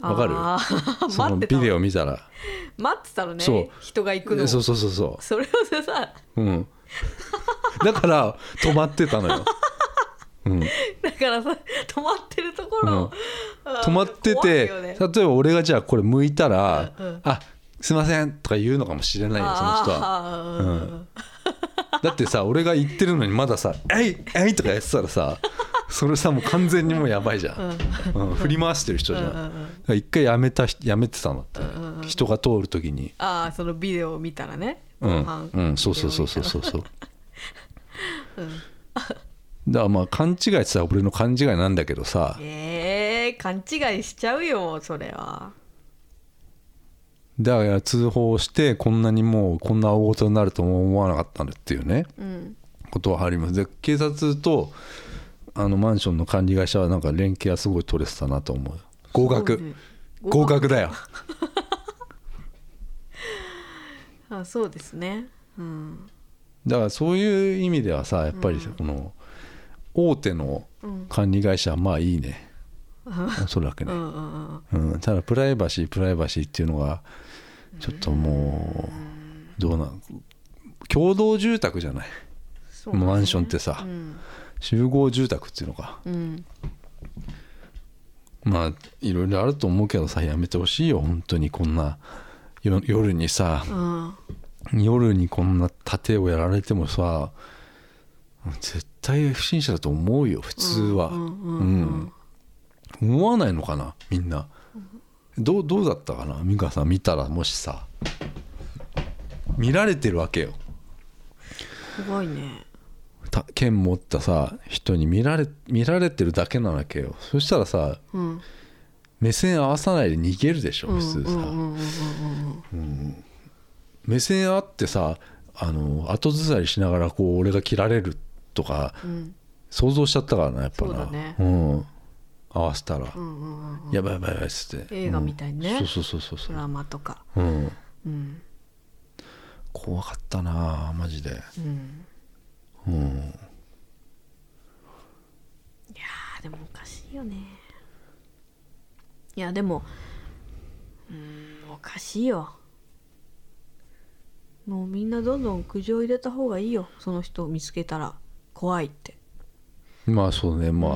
S1: わかる
S2: あー
S1: その
S2: 待って
S1: ビ
S2: たの
S1: デオ見たら
S2: 待ってたのね
S1: そう
S2: 人が行くのを
S1: そ
S2: そう
S1: そうそうそ
S2: れをさ
S1: ううんだから止まってたのよ、うん、
S2: なんかからさ止まってるところ、うん
S1: 止まって
S2: 怖い
S1: て、
S2: よね
S1: 例えば俺がじゃあこれ向いたら「
S2: うんうん
S1: あすいません」とか言うのかもしれないよその人は。
S2: あーうん
S1: だってさ俺が言ってるのにまださ「えいえい」とかやってたらさそれさもう完全にもうやばいじゃん、うん振り回してる人じゃん、
S2: うんうんうん
S1: だから一回やめた人やめてたのって、人が通る時に
S2: あーそのビデオを見たらね
S1: うん、うん、そうそうそうそう
S2: う
S1: そうそうだからまあ勘違いってさ俺の勘違いなんだけどさ
S2: えー、勘違いしちゃうよそれは
S1: だから通報してこんなにもうこんな大事になるとも思わなかったんだっていうね
S2: うん
S1: ことはありますで警察とあのマンションの管理会社はなんか連携はすごい取れてたなと思う合
S2: そう
S1: 格
S2: ね
S1: 合格だよ
S2: あそうですねうん
S1: だからそういう意味ではさやっぱりこの大手の管理会社はまあいいね、おそらく
S2: う
S1: ね、
S2: んうんうん
S1: うん、ただプライバシープライバシーっていうのがちょっともうどうなん共同住宅じゃない
S2: そう
S1: マンションってさ、
S2: うん
S1: 集合住宅っていうのか
S2: うん
S1: まあいろいろあると思うけどさやめてほしいよ本当にこんなよ夜にさ
S2: うん
S1: 夜にこんな盾をやられてもさ絶対不審者だと思うよ普通は
S2: う
S1: うん
S2: うん
S1: 思わないのかなみんなどうどうだったかな美香さん見たらもしさ見られてるわけよ
S2: すごいね
S1: た剣持ったさ人に見られ見られてるだけなわけよそしたらさ
S2: うん
S1: 目線合わさないで逃げるでしょ
S2: うん
S1: 普通
S2: うんう
S1: さ、
S2: んうんうんうん
S1: 目線あってさあの後ずさりしながらこう俺が切られるとか
S2: うん
S1: 想像しちゃったからなやっぱな
S2: そうだね
S1: ん、合わせたら、
S2: うんうんうん
S1: やばいやばいやばいっつって
S2: 映画みたいにね
S1: うんそうそうそうそ
S2: ド
S1: うそ
S2: ラマとか
S1: う、うん、
S2: うん
S1: 怖かったなあマジで
S2: うん
S1: うん
S2: いやーでもおかしいよねいやでもうーんおかしいよもうみんなどんどん苦情入れた方がいいよその人を見つけたら怖いって
S1: まあそうねまあ、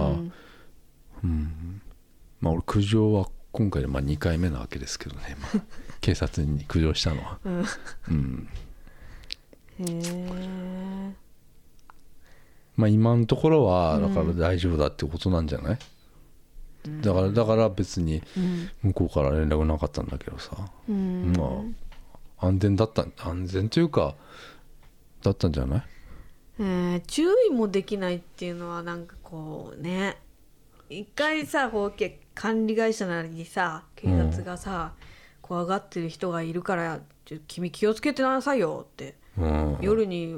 S2: うん
S1: まあ俺苦情は今回でまあ2回目なわけですけどね、ま あ警察に苦情したのは
S2: うん
S1: うん
S2: へえ
S1: まあ今のところはだから大丈夫だってことなんじゃない、だからだから別に
S2: うん
S1: 向こうから連絡なかったんだけどさ、
S2: うん
S1: まあ安全だった安全というかだったんじゃない
S2: えー注意もできないっていうのはなんかこうね一回さこうけ管理会社なりにさ警察がさ、怖がってる人がいるからちょ君気をつけてなさいよって、
S1: うん
S2: 夜に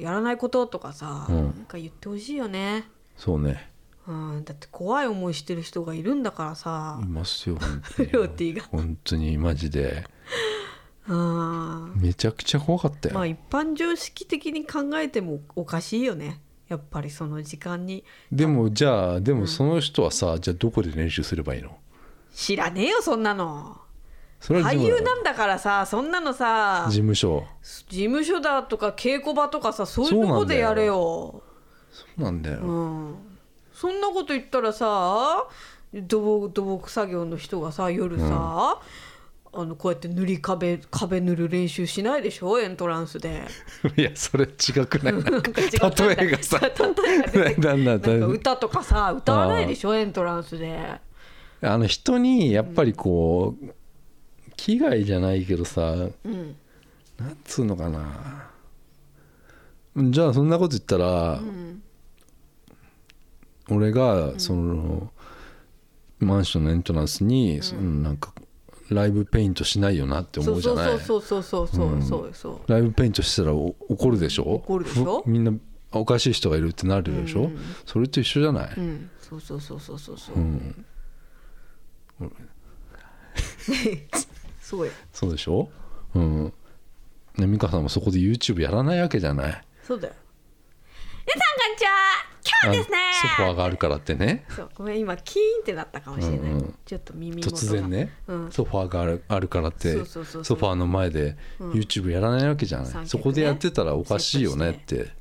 S2: やらないこととかさ、
S1: うん
S2: なんか言ってほしいよね、
S1: そうね
S2: うん、だって怖い思いしてる人がいるんだからさ
S1: い、ますよ本 当に
S2: ロティが
S1: 本当にマジで
S2: うん、
S1: めちゃくちゃ怖かったよ、
S2: まあ一般常識的に考えてもおかしいよねやっぱりその時間に
S1: でもじゃあでもその人はさ、じゃあどこで練習すればいいの
S2: 知らねえよそんなの。
S1: それは事
S2: 俳
S1: 務
S2: 優なんだからさそんなのさ
S1: 事
S2: 事
S1: 務所
S2: 務所だとか稽古場とかさそういうとこでやれよ
S1: そうなんだよ、
S2: うん、そんなこと言ったらさ土木土木作業の人がさ夜さ、あのこうやって塗り壁壁塗る練習しないでしょエントランスで
S1: いやそれ違くないなんか
S2: 違ったんだよ
S1: 例えがさ
S2: 例えが出て
S1: なんだ
S2: なんか歌とかさ歌わないでしょエントランスで
S1: あの人にやっぱりこう、危害じゃないけどさ、
S2: ん
S1: なんつうのかなじゃあそんなこと言ったら、俺がその、マンションのエントランスに、そのなんかライブペイントしないよなって思
S2: そうう
S1: じゃ
S2: そう
S1: ない
S2: そうそうそうそうそうそう
S1: ライブペイントしたらお怒るでしょ
S2: 怒るでしょ
S1: ふみんなおかしい人がいるってなるでしょ、それと一緒じゃない、
S2: うんそうそうそうそうそうそう、 そうよ
S1: そうでしょうんね美香さんもそこで YouTube やらないわけじゃない
S2: そうだよえさんこんにちは今日ですね
S1: あのソファーがあるからってね
S2: そうごめん今キーンってなったかもしれない、
S1: うんうん
S2: ちょっと耳元が
S1: 突然ね、
S2: うん
S1: ソファーがあるあるからって
S2: そうそうそうそう
S1: ソファーの前で YouTube やらないわけじゃない、
S2: 三脚ね
S1: そこでやってたらおかしいよねって
S2: こんにちは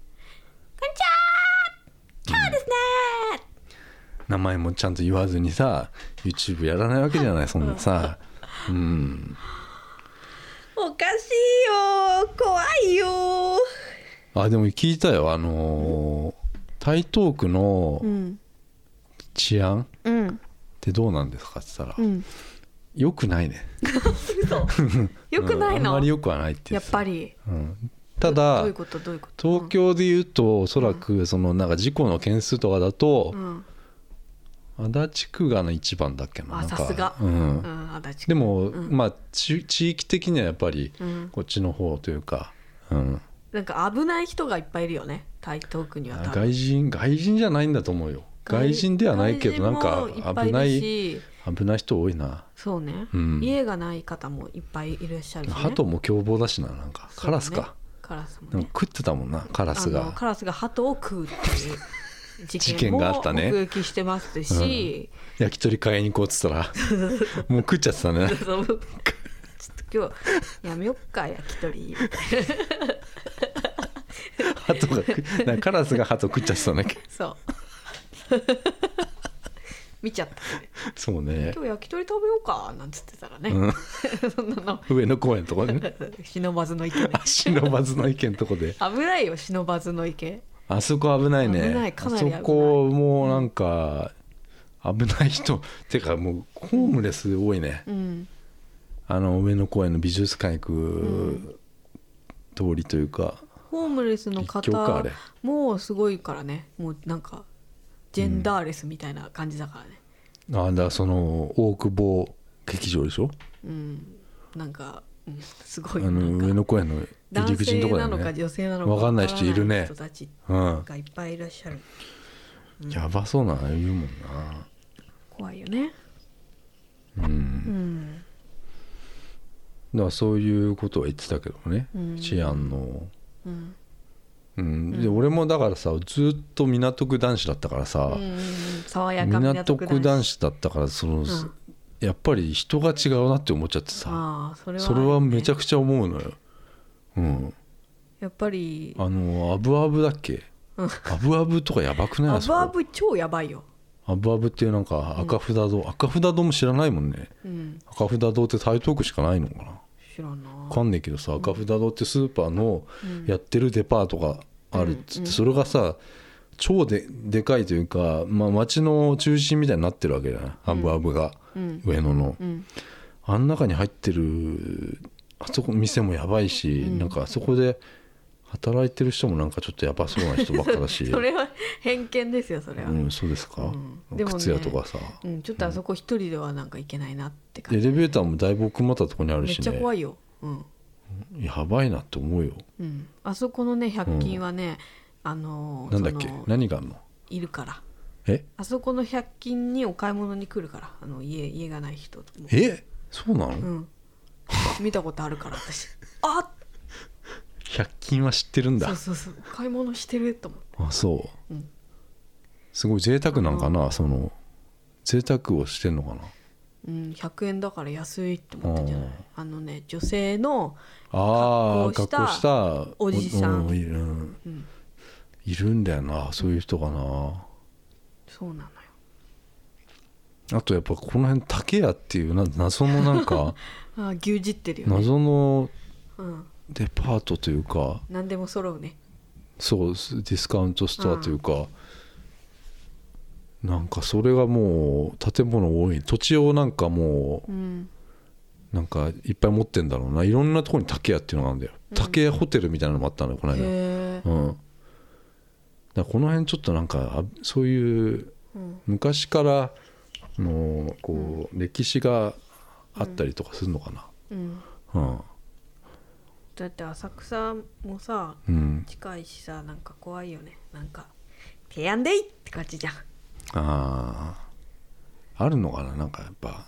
S2: 今日ですね、
S1: 名前もちゃんと言わずにさ YouTube やらないわけじゃないそんなさうん
S2: おかしいよー怖いよー
S1: あでも聞いたよあのー台東区の
S2: うん
S1: 治安っ
S2: うん
S1: てどうなんですかって言った
S2: う
S1: ら
S2: ん
S1: よくないね
S2: 嘘よくない
S1: うんあん
S2: の
S1: まりよくはないって言
S2: やって
S1: た
S2: ぱり
S1: うんた
S2: どう
S1: だ
S2: いうことどういうこと
S1: 東京で言うとおそらくそのなんか事故の件数とかだと
S2: うん、うん
S1: 足立区がの一番だっけな
S2: あ
S1: なんか
S2: さすが
S1: う
S2: うんん、足立区
S1: でも、
S2: うん
S1: まあち地域的にはやっぱり
S2: うん、
S1: こっちの方というか、うん、
S2: なんか危ない人がいっぱいいるよね台東区には多分
S1: 外人外人じゃないんだと思うよ外人ではないけどなんか
S2: 外人もっぱ
S1: 危ない
S2: る
S1: い
S2: し
S1: 危ない人多いな、
S2: そうね、
S1: うん、
S2: 家がない方もいっぱいいらっしゃるし、ね、
S1: 鳩も凶暴だしななんか
S2: そうね
S1: カラスか、
S2: カラス
S1: で
S2: も
S1: も
S2: ね
S1: 食ってたもんなカラス
S2: あの
S1: が
S2: カラスが鳩を食うっていう事
S1: 事
S2: 件
S1: 件
S2: も
S1: があったね
S2: 目撃してますし、
S1: 焼き鳥買いに行こうっつった らもう食っちゃってたね
S2: そうちょっと今日やめよっか焼き鳥
S1: 鳩が食なんかカラスが鳩食っちゃってたね
S2: そう 見ちゃったそれ
S1: そうね
S2: 今日焼き鳥食べようかなんつってたらね、
S1: うん
S2: そんなの
S1: 上野公園のとこで ね
S2: 忍ばずの池ね
S1: 忍ばずの意見とこで
S2: 危ないよ忍ばずの池
S1: あそこ危ないね
S2: 危ないかなり危ない
S1: あそこもうなんか危ない人てかもうホームレス多いね、
S2: うん
S1: あの上野公園の美術館行く、通りというか
S2: ホームレスの
S1: 一強かあ
S2: 方
S1: れ
S2: もうすごいからねもうなんかジェンダーレスみたいな感じだからね
S1: あだその大久保劇場でしょ
S2: うん、なんか、うん、す
S1: あ
S2: ごいな
S1: の
S2: んか
S1: 上野公園の入り
S2: 男
S1: 口の
S2: 性
S1: とこだ
S2: な
S1: よ
S2: のか
S1: ね
S2: 女性なのか
S1: わかんない人いるね
S2: わからない人たち
S1: うん
S2: がいっぱいいらっしゃる
S1: やばそうなの言うもんな
S2: 怖いよね
S1: うん
S2: うん
S1: だからそういうことは言ってたけどね、
S2: うん
S1: 治安の
S2: うん
S1: うん、で俺もだからさずっと港区男子だったからさ、
S2: うんうん爽やか
S1: 港
S2: 港区
S1: 区
S2: 男
S1: 男
S2: 子
S1: 子だったからその、やっぱり人が違うなって思っちゃってさ
S2: ああそれは
S1: それはめちゃ
S2: く
S1: くちゃ思うのよ、うん
S2: やっぱり
S1: あのアブアブだっけ、
S2: うん
S1: アブアブとかやばくない
S2: ア
S1: あそ
S2: ブ
S1: こ
S2: アブ超やばいよ
S1: アブアブっていうなんか赤札堂、赤札堂も知らないもんね
S2: うん
S1: 赤札堂って台東区しかないのかな
S2: 知らな
S1: わかんねえけどさ赤札堂ってスーパーのやってるデパートがあるっつって、それがさ超ででかいというか、まあ、町の中心みたいになってるわけじゃないアブアブが、
S2: うん
S1: 上野の、
S2: うん
S1: あん中に入ってるあそこ店もやばいし、なんかあそこで働いてる人もなんかちょっとやばそうな人ばっかだし
S2: それは偏見ですよそれは、
S1: うん、そうですか、
S2: うんでもね
S1: 靴屋とかさ、
S2: うん、ちょっとあそこ一人ではなんかいけないなって感
S1: エ
S2: じ、
S1: レベーターもだいぶ奥まったとこにある
S2: めっ
S1: し
S2: ちゃ
S1: ね
S2: 怖いよ、うん
S1: やばいなって思うよ
S2: うん、あそこのね100均はね、あのー
S1: なんだっけ
S2: その
S1: 何があんの
S2: いるから
S1: え
S2: あそこの100均にお買い物に来るからあの家家がない人も
S1: えそうなの、
S2: うん、見たことあるから私あっ
S1: 100均は知ってるん
S2: そ
S1: だ
S2: うそうそう買い物してると思って
S1: あそう、
S2: うん
S1: すごい贅沢なんかな、その贅沢をしてんのかな
S2: うん、100円だから安いって思ったんじゃないあのね女性の
S1: ああ
S2: 格
S1: 格
S2: 好
S1: 好
S2: し
S1: したた
S2: おじさん
S1: ういるうん
S2: うん
S1: いるんだよなそういう人がな
S2: そうなのよ
S1: あとやっぱこの辺竹屋っていうな謎のなん か
S2: あー牛耳ってるよね、
S1: 謎の
S2: うん、
S1: デパートというか
S2: 何でも揃うね
S1: そうディスカウントストアというか、なんかそれがもう建物多い土地をなんかも
S2: うん
S1: うなんかいっぱい持ってんだろうないろんなとこに竹屋っていうのがあるんだよ竹屋ホテルみたいなのもあったのよこの
S2: へ
S1: 間
S2: え
S1: うんだからこの辺ちょっとなんかあそういう
S2: うん
S1: 昔からあのこう歴史があったりとかするのかな
S2: うん
S1: うん、
S2: だって浅草もさ
S1: うん、
S2: 近いしさなんか怖いよねなんか「ペヤンデイ!」って感じじゃん
S1: あああるのかななんかやっぱ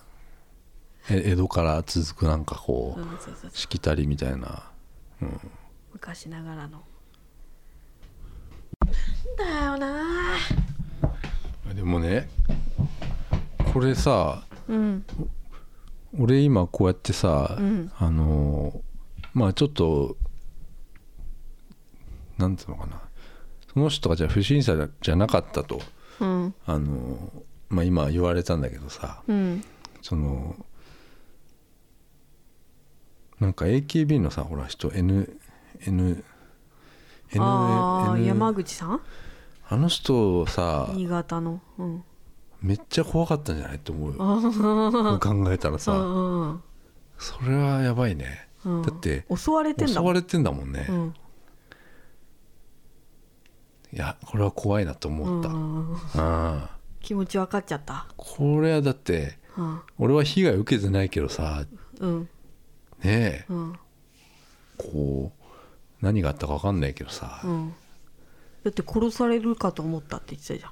S1: え江戸から続くなんかこう、
S2: うんそうそうそ
S1: しきたりみたいな
S2: う昔ながらのなんだよな
S1: でもねこれさ
S2: うん
S1: 俺今こうやってさ、
S2: うん
S1: あのーまあちょっとなんていうのかなその人がじゃあ不審者じゃなかったと
S2: うん
S1: あの、まあ、今言われたんだけどさ
S2: うん
S1: そのなんか AKB のさほら人 N N N
S2: ああ
S1: N
S2: 山口さん
S1: あの人さ
S2: 新潟のうん
S1: めっちゃ怖かったんじゃないって思うよ考えたら
S2: う
S1: さ
S2: んうん
S1: それはやばいね
S2: うん
S1: だって
S2: 襲われてん
S1: 襲
S2: だ
S1: わ
S2: もん
S1: れてんだもんね、
S2: うん
S1: いやこれは怖いなと思った、
S2: う
S1: あ
S2: んうん
S1: あ
S2: 気持ち分かっちゃった
S1: これはだって
S2: うん
S1: 俺は被害受けてないけどさ
S2: うん
S1: ねえ
S2: うん
S1: こう何があったか分かんないけどさ、
S2: うんだって殺されるかと思ったって言ってたじ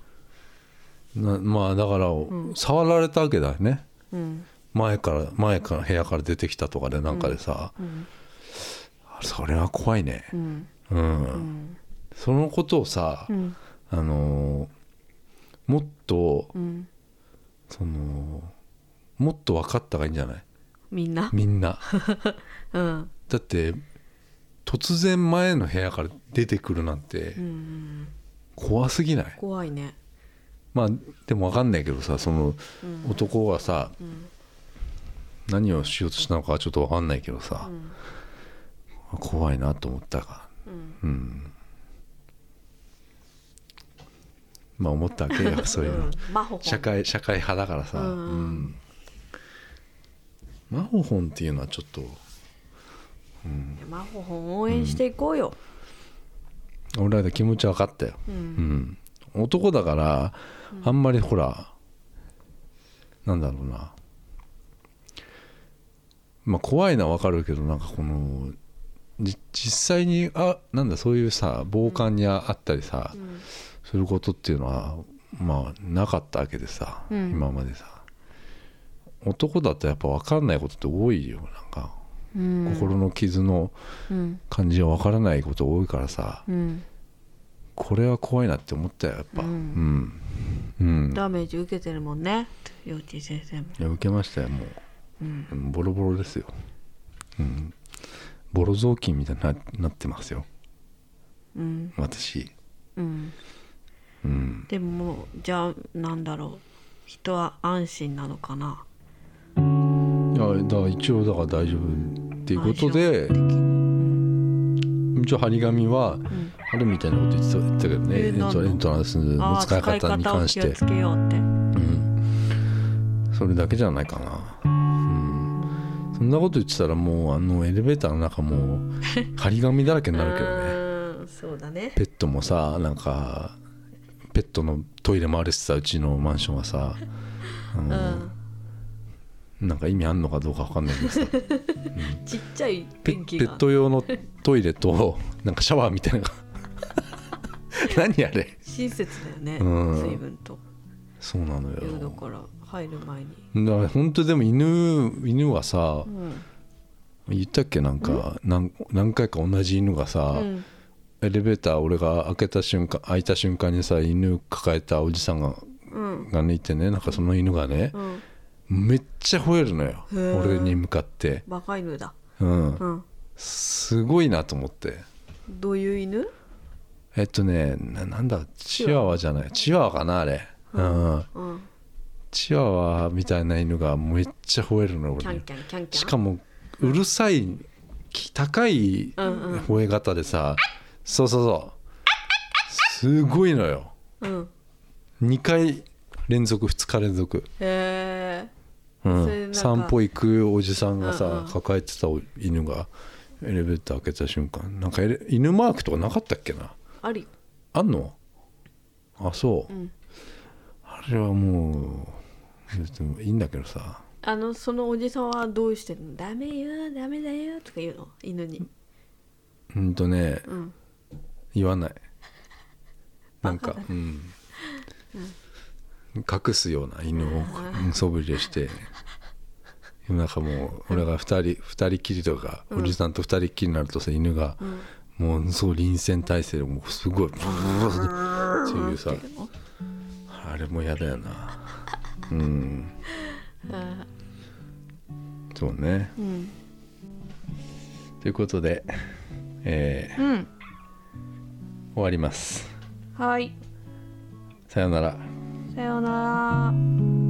S2: ゃん
S1: なまあだから、
S2: ん
S1: 触られたわけだよね
S2: うん
S1: 前から前から部屋から出てきたとかでなんかでさ、
S2: うん
S1: それは怖いね
S2: うん
S1: うん、
S2: うん
S1: そのことをさ、
S2: うん
S1: あのーもっと
S2: うん
S1: そのもっと分かった方がいいんじゃない
S2: みんな
S1: みんな
S2: うん
S1: だって突然前の部屋から出てくるなんて
S2: うん
S1: 怖すぎない
S2: 怖いね
S1: まあでも分かんないけどさその
S2: うん
S1: 男がさ、
S2: うん
S1: 何をしようとしたのかはちょっと分かんないけど
S2: う
S1: さ、
S2: ん
S1: 怖いなと思ったから
S2: うん
S1: うんまあ思ったわけよそういううんの
S2: マホホン
S1: 社会社会派だからさ、
S2: うん
S1: うんマホホンっていうのはちょっと
S2: マホホン応援していこうよ
S1: 俺らで気持ち分かったよ、
S2: う
S1: うんん、男だからあんまりほら、なんだろうなまあ怖いのは分かるけどなんかこのじ実際にあなんだそういうさ暴漢にああったりさ、
S2: うん
S1: することっていうのはまあなかったわけでさ、
S2: うん
S1: 今までさ男だとやっぱ分かんないことって多いよなんか、
S2: うん
S1: 心の傷の
S2: うん
S1: 感じが分からないこと多いからさ
S2: うん
S1: これは怖いなって思ったよやっぱ
S2: う
S1: うん、うんい
S2: ダメージ受けてるもんね幼稚園先生も
S1: や受けましたよも
S2: うん
S1: ううんボロボロですよ、うん、ボロ雑巾みたいにななってますよ
S2: うん
S1: 私
S2: うん
S1: うん
S2: でもじゃあなんだろう人は安心なのかない
S1: やだから一応だから大丈夫っていうことで
S2: 安心
S1: 一応張り紙は
S2: 的うん
S1: あるみたいなこと言ってた言ってたけどね
S2: え
S1: エ
S2: ーな
S1: ン
S2: んだ
S1: トエントランス
S2: あ
S1: の
S2: あ
S1: 使い方に関し
S2: 使
S1: て
S2: い方を気をつけようって
S1: うんそれだけじゃないかな、うん、そんなこと言ってたらもうあのエレベーターの中 もう張り紙だらけになるけどね
S2: ねそうだね
S1: ペットもさなんかペットのトイレもあるしさうちのマンションはさ、あ
S2: う
S1: の
S2: ん
S1: なんか意味あんのかどうかわかんないけどさ
S2: ちっちゃい
S1: ペ
S2: ペン
S1: ペ
S2: キ
S1: ッ
S2: が
S1: ト用のトイレとなんかシャワーみたいなのが 何あれ
S2: 親切だよね
S1: うん
S2: 随分と
S1: そうなのよ
S2: 夜だから入る前に
S1: だから本当でも犬犬はさ
S2: うん
S1: 言ったっけなんか何何回か同じ犬がさ、
S2: うん
S1: エレベーター俺が開けた瞬間開いた瞬間にさ犬抱えたおじさんが
S2: うん
S1: がねいてねなんかその犬がね
S2: うん
S1: めっちゃ吠えるのよ
S2: へー
S1: 俺に向かって、
S2: バカ犬だ
S1: うん、
S2: うん
S1: すごいなと思って
S2: どういう犬
S1: えっとねななんだチワワじゃないチワワかなあれ、うん
S2: うん
S1: チワワみたいな犬がめっちゃ吠えるのよ
S2: キ
S1: 俺
S2: ャン
S1: に
S2: キャンキャンキャン
S1: しかもうるさいき高い
S2: うんうん
S1: 吠え方でさ、そうそうそうすごいのよ
S2: うん
S1: 2回連続2日連続、
S2: へえ
S1: う
S2: それなん
S1: ん、
S2: か
S1: 散歩行くおじさんがさ、
S2: うんうん
S1: 抱えてたお犬がエレベーター開けた瞬間なんかエレ犬マークとかなかったっけな
S2: あり
S1: あんのあそう、
S2: うん
S1: あれはもう別にいいんだけどさ
S2: あのそのおじさんはどうしてるのダメよダメだよとか言うの犬に
S1: うんとね
S2: うん
S1: 言 わないなんかうん、隠すような犬をうんそぶりでしてなんかもう俺が2人二人きりとか、おじさんと2人きりになるとさ犬が、もうそう臨戦態勢でもうすごいブーっていうさ
S2: うの
S1: あれも嫌だよ なうん
S2: あ
S1: そうね
S2: ーうん
S1: ということでえ
S2: うん
S1: ー終わります
S2: はい
S1: さようなら
S2: さようなら